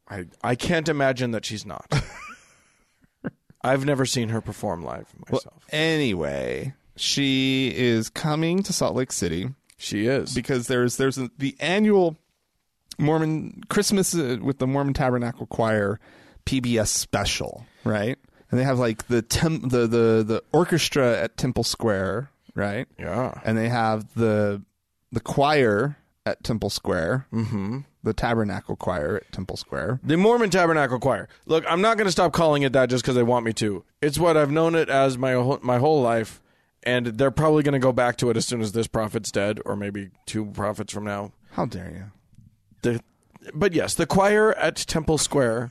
I I can't imagine that she's not. I've never seen her perform live myself.
Anyway, she is coming to Salt Lake City
she is.
because there's there's a, the annual Mormon Christmas uh, with the Mormon Tabernacle Choir PBS special, right? And they have like the temp, the, the the orchestra at Temple Square, right?
yeah.
And they have the the choir at Temple Square, mm-hmm. the Tabernacle Choir at Temple Square.
The Mormon Tabernacle Choir. Look, I'm not going to stop calling it that just because they want me to. It's what I've known it as my whole, my whole life, and they're probably going to go back to it as soon as this prophet's dead, or maybe two prophets from now.
How dare you?
The, but yes, the choir at Temple Square,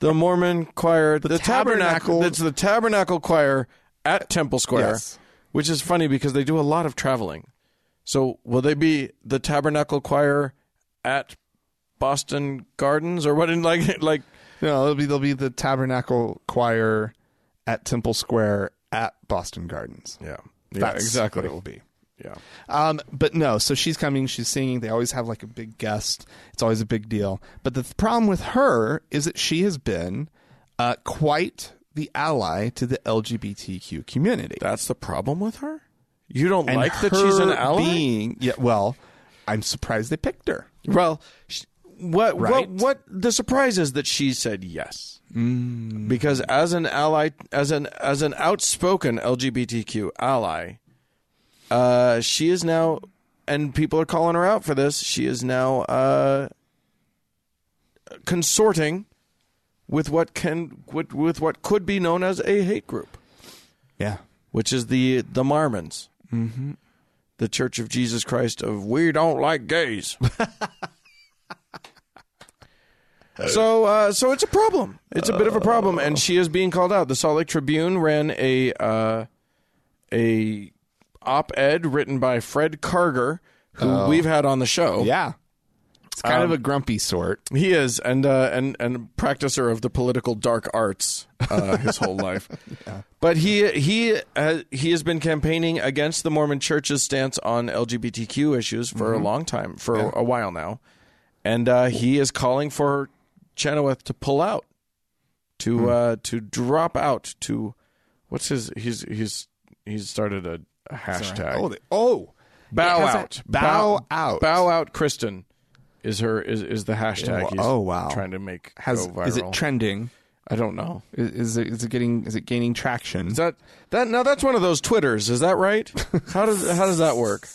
the Mormon choir, the,
tabernacle-
tabernacle. It's the Tabernacle Choir at Temple Square,
Yes.
which is funny because they do a lot of traveling. So will they be the Tabernacle Choir at Boston Gardens or what? In like like.
No, it'll be there'll be the Tabernacle Choir at Temple Square at Boston Gardens.
Yeah.
That's what it will be.
Yeah.
Um, but no, so she's coming, she's singing. They always have like a big guest. It's always a big deal. But the th- problem with her is that she has been uh, quite the ally to the LGBTQ community.
That's the problem with her? You don't
And
like that she's an
her
ally?
Being, yeah, well, I'm surprised they picked her.
well, sh- what what
Right?
what the surprise is that she said yes. Because as an ally as an as an outspoken LGBTQ ally, uh she is now and people are calling her out for this. She is now uh consorting with what can with, with what could be known as a hate group.
Yeah.
which is the the Mormons, mm-hmm. the Church of Jesus Christ of we don't like gays. so uh, so it's a problem. It's a bit of a problem, and she is being called out. The Salt Lake Tribune ran a uh, a op ed written by Fred Karger, who we've had on the show.
Yeah. It's kind
Um,
of a grumpy sort.
He is, and uh, and and practicer of the political dark arts uh, his whole life. But he he has, he has been campaigning against the Mormon Church's stance on LGBTQ issues for a long time, for a while now, and uh, he is calling for Chenoweth to pull out, to uh, to drop out, to what's his he's he's he's started a, a hashtag.
Oh, they- oh.
Bow
It has
out.
that- bow out.
Bow out Kristen is her is, is the hashtag
Well,
he's
oh, wow.
trying to make
Has,
go viral.
is it trending?
I don't know.
Is, is it is it getting is it gaining traction?
Is that that now that's one of those twitters, is that right? How does how does that work?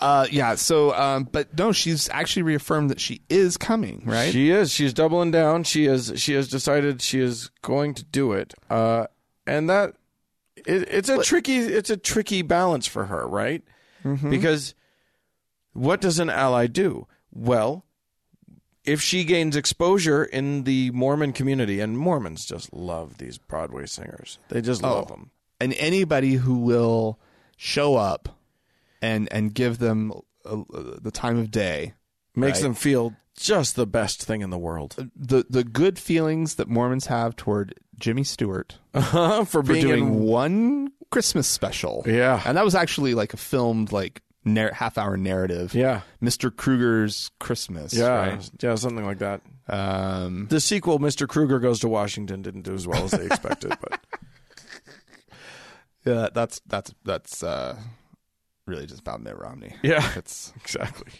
Uh, yeah. So, um, but no, she's actually reaffirmed that she is coming, right?
She is. She's doubling down. She is she has decided she is going to do it. Uh and that it, it's a tricky it's a tricky balance for her, right? Mm-hmm. Because what does an ally do? Well, if she gains exposure in the Mormon community, and Mormons just love these Broadway singers, they just love them.
and anybody who will show up and and give them uh, the time of day,
Makes them feel just the best thing in the world
the the good feelings that Mormons have toward Jimmy Stewart
for,
for
being
doing
in
one Christmas special.
Yeah.
and that was actually like a filmed like narr- half hour narrative.
Yeah.
Mr. Kruger's Christmas.
Yeah,
right?
yeah, something like that.
Um,
The sequel, Mr. Kruger Goes to Washington, didn't do as well as they expected, but
yeah, that's that's that's uh, really just about Mitt Romney.
yeah,
It's
exactly.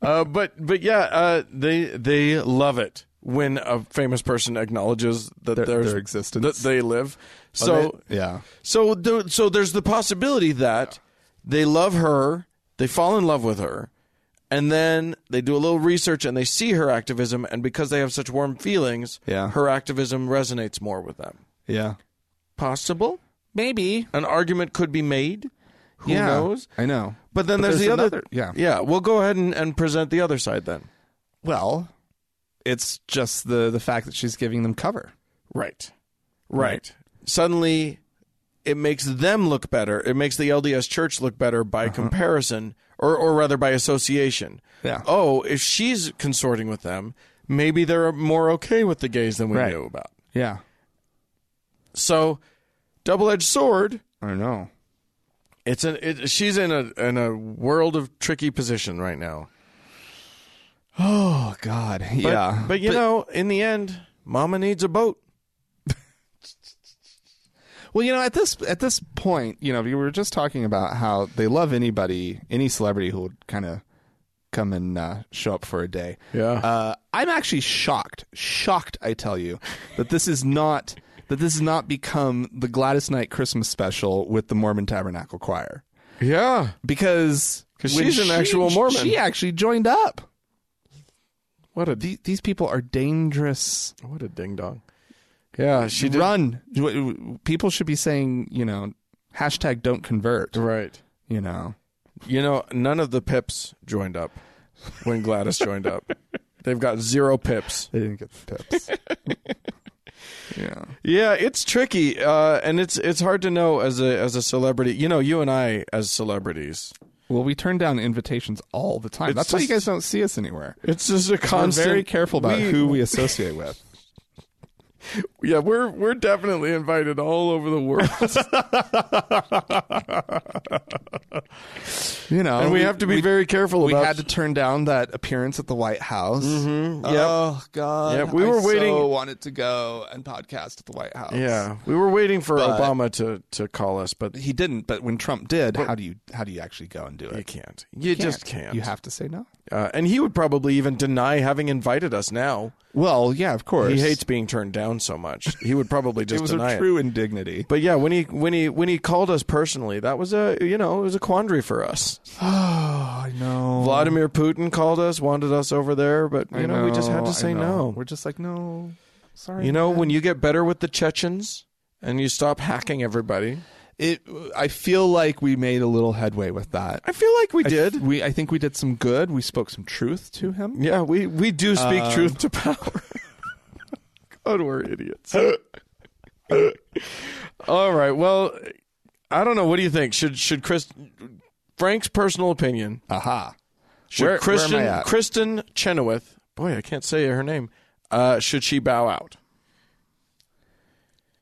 Uh, but but yeah, uh, they they love it when a famous person acknowledges that
Their-
there's-
their existence.
that they live. So
yeah,
So, th- so there's the possibility that they love her, they fall in love with her, and then they do a little research and they see her activism, and because they have such warm feelings,
Yeah.
her activism resonates more with them.
yeah,
Possible.
maybe.
An argument could be made. Who
yeah,
knows?
I know.
But then there's,
there's
the
another-
other.
yeah.
yeah. We'll go ahead and, and present the other side then.
Well, it's just the the fact that she's giving them cover.
Right. Right. Suddenly it makes them look better. It makes the LDS church look better by comparison or or rather by association.
Yeah.
Oh, if she's consorting with them, maybe they're more okay with the gays than we
Right.
knew about.
Yeah,
So, double-edged sword.
I know.
It's an it, she's in a in a world of tricky position right now.
Oh God,
But-
yeah.
But you know, in the end, mama needs a boat.
Well, you know, at this at this point, you know, we were just talking about how they love anybody, any celebrity who would kind of come and uh, show up for a day.
Yeah.
Uh, I'm actually shocked, shocked, I tell you, that this is not that this has not become the Gladys Knight Christmas special with the Mormon Tabernacle Choir
Yeah.
because
'Cause
when
she's an
she-
actual Mormon.
She actually joined up.
What a
These, these people are dangerous.
what a ding dong. Yeah, she did
Run. People should be saying, you know, hashtag don't convert.
right.
You know.
You know, none of the pips joined up when Gladys joined up. They've got zero pips.
They didn't get the tips. yeah.
Yeah, it's tricky, uh, and it's it's hard to know as a as a celebrity. You know, you and I as celebrities,
Well, we turn down invitations all the time.
It's
That's why you
just-
guys don't see us anywhere.
it's just a
We're
constant.
very careful about
we-
who we associate with.
Yeah, we're we're definitely invited all over the world,
You know,
and we have to be very careful
We
about.
had to turn down that appearance at the White House. Mm-hmm.
Yep.
Oh God!
Yep, we were
I
waiting-
So wanted to go and podcast at the White House.
yeah, we were waiting for Obama to to call us, but
he didn't. But when Trump did, how do you how do you actually go and do it?
you can't. You just can't.
You have to say no.
uh, and he would probably even deny having invited us. Now
Well, yeah, of course.
he hates being turned down so much. He would probably just
It was
deny
a true indignity.
But yeah, when he when he when he called us personally, that was a you know it was a quandary for us.
Oh, I know.
Vladimir Putin called us, wanted us over there, but you know, we just had to
I
say
know.
no.
We're just like, no, sorry.
You know, when you get better with the Chechens and you stop hacking everybody,
it, I feel like we made a little headway with that.
I feel like we did.
we, I think we did some good. We spoke some truth to him.
yeah, we we do speak
Um,
truth to power. God, we're idiots. All right, well, I don't know. What do you think? Should should Chris Frank's personal opinion?
Aha.
Should
Where- where am
Kristen
I at?
Kristen Chenoweth? Boy, I can't say her name. Uh, should she bow out?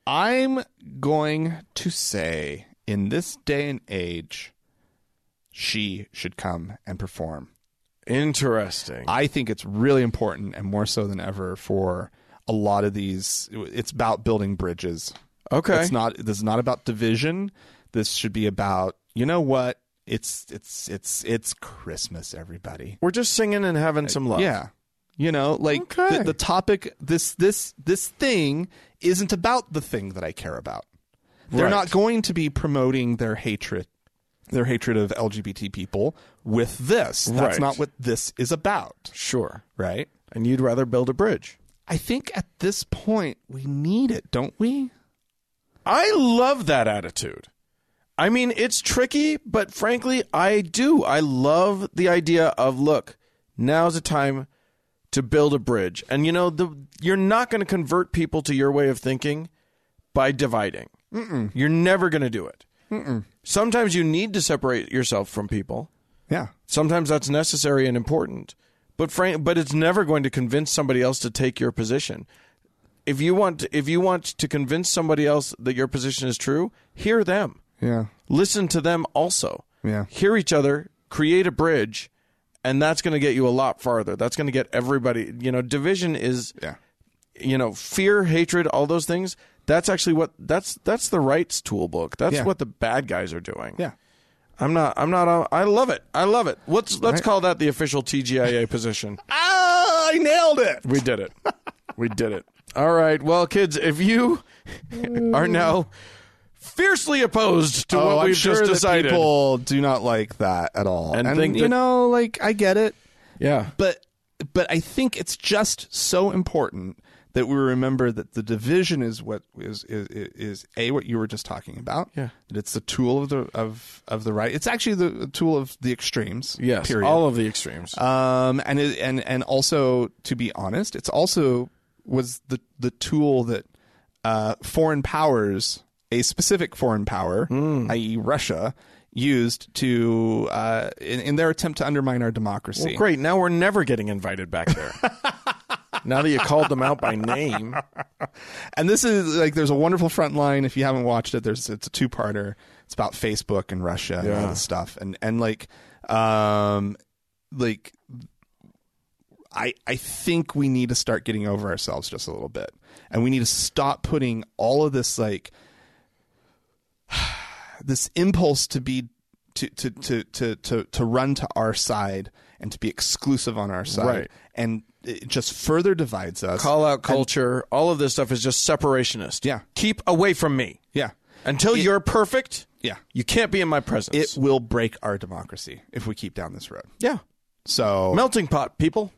I'm going to say, in this day and age, she should come and perform.
Interesting.
I think it's really important, and more so than ever, for a lot of these. It's about building bridges.
Okay.
It's not. This is not about division. This should be about. You know what? It's it's it's it's Christmas, everybody.
We're just singing and having some love.
Yeah. You know, like
Okay.
the, the topic. This this this thing isn't about the thing that I care about. They're
Right.
not going to be promoting their hatred, their hatred of LGBT people with this. That's
Right.
not what this is about,
Sure.
right?
And you'd rather build a bridge.
I think at this point we need it, don't we?
I love that attitude. I mean, it's tricky, but frankly, I do. I love the idea of look, now's the time to build a bridge. And you know, the you're not going to convert people to your way of thinking by dividing. Mm-mm. You're never going to do it. Sometimes you need to separate yourself from people.
Yeah.
Sometimes that's necessary and important, but frank, but it's never going to convince somebody else to take your position. If you want, if you want to convince somebody else that your position is true, hear them.
Yeah.
Listen to them also.
Yeah.
Hear each other, create a bridge, and that's going to get you a lot farther. That's going to get everybody, you know, division is
Yeah.
you know, fear, hatred, all those things. That's actually what that's that's the rights toolbook. That's
Yeah.
what the bad guys are doing.
Yeah.
I'm not. I'm not. I love it. I love it. Let's let's call that the official TGIA position.
Ah, I nailed it.
We did it. We did it. All right. Well, kids, if you are now fiercely opposed to what
oh, I'm
we've
sure
just
that
decided,
people do not like that at all.
And think
you
that-
know, like I get it,
yeah,
but but I think it's just so important that we remember that the division is what is is, is a what you were just talking about.
Yeah.
that it's the tool of the of of the right. It's actually the, the tool of the extremes.
yes,
period.
all of the extremes.
um, and it, and and also to be honest, it's also was the the tool that uh, foreign powers, a specific foreign power, i.e., Russia, used to uh, in, in their attempt to undermine our democracy.
Great. Now we're never getting invited back there. now that you called them out by name,
and this is like there's a wonderful front line if you haven't watched it there's it's a two-parter it's about facebook and russia and all
Yeah.
this stuff and and like um like i i think we need to start getting over ourselves just a little bit and we need to stop putting all of this like this impulse to be to to to to to, to run to our side and to be exclusive on our side
Right.
and it just further divides us
call out culture, all of this stuff is just separationist.
Yeah.
Keep away from me
yeah
until you're perfect.
yeah
You can't be in my presence.
it will break our democracy if we keep down this road.
yeah.
So
Melting pot people.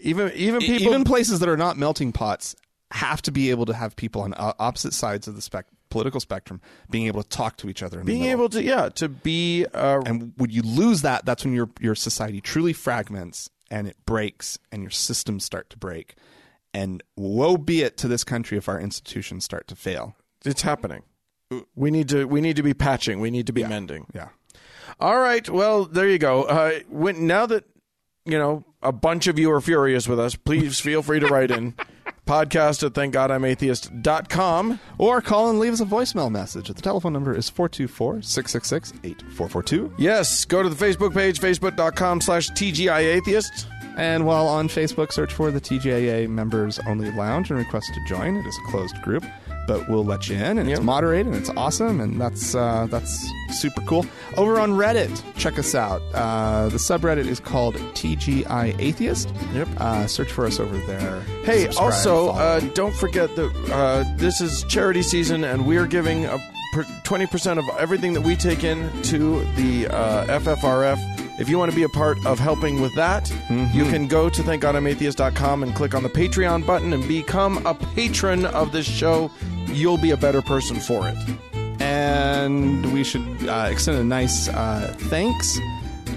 Even even
e-
people
even places that are not melting pots have to be able to have people on uh, opposite sides of the spec- political spectrum being able to talk to each other. In
being
the middle.
able to yeah to be uh,
and when you lose that, that's when your your society truly fragments and it breaks, and your systems start to break. And woe be it to this country if our institutions start to fail.
it's happening we need to we need to be patching we need to be mending
Yeah,
all right well there you go uh, when, now that you know a bunch of you are furious with us please feel free to write in podcast at thankgodimatheist.com
or call and leave us a voicemail message. The telephone number is 424-666-8442.
yes go to the facebook page facebook.com slash tgiatheist
And while on Facebook, search for the TJA Members Only Lounge and request to join. It is a closed group, but we'll let you in, and it's
Yep.
moderated, and it's awesome, and that's uh, that's super cool. Over on Reddit, check us out. Uh, the subreddit is called TGI Atheist.
Yep.
Uh, search for us over there.
Hey,
Subscribe,
also,
follow.
uh, don't forget that uh, this is charity season, and we are giving a per- 20% of everything that we take in to the uh, FFRF. If you want to be a part of helping with that,
Mm-hmm.
you can go to thankgodimatheist.com and click on the Patreon button and become a patron of this show. You'll be a better person for it.
and we should uh, extend a nice uh, thanks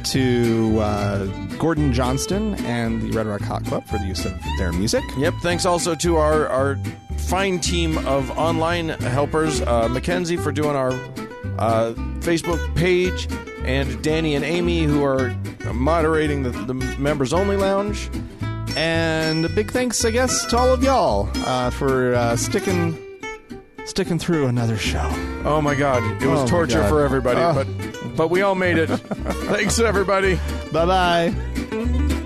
to uh, Gordon Johnston and the Red Rock Hot Club for the use of their music.
Yep. Thanks also to our, our fine team of online helpers, uh, Mackenzie for doing our uh, Facebook page, and Danny and Amy who are moderating the, the members only lounge.
And a big thanks, I guess, to all of y'all uh, for uh, sticking sticking through another show.
Oh my God, it
Oh my
was torture
God.
for everybody,
Ah.
but but we all made it. thanks everybody.
Bye bye.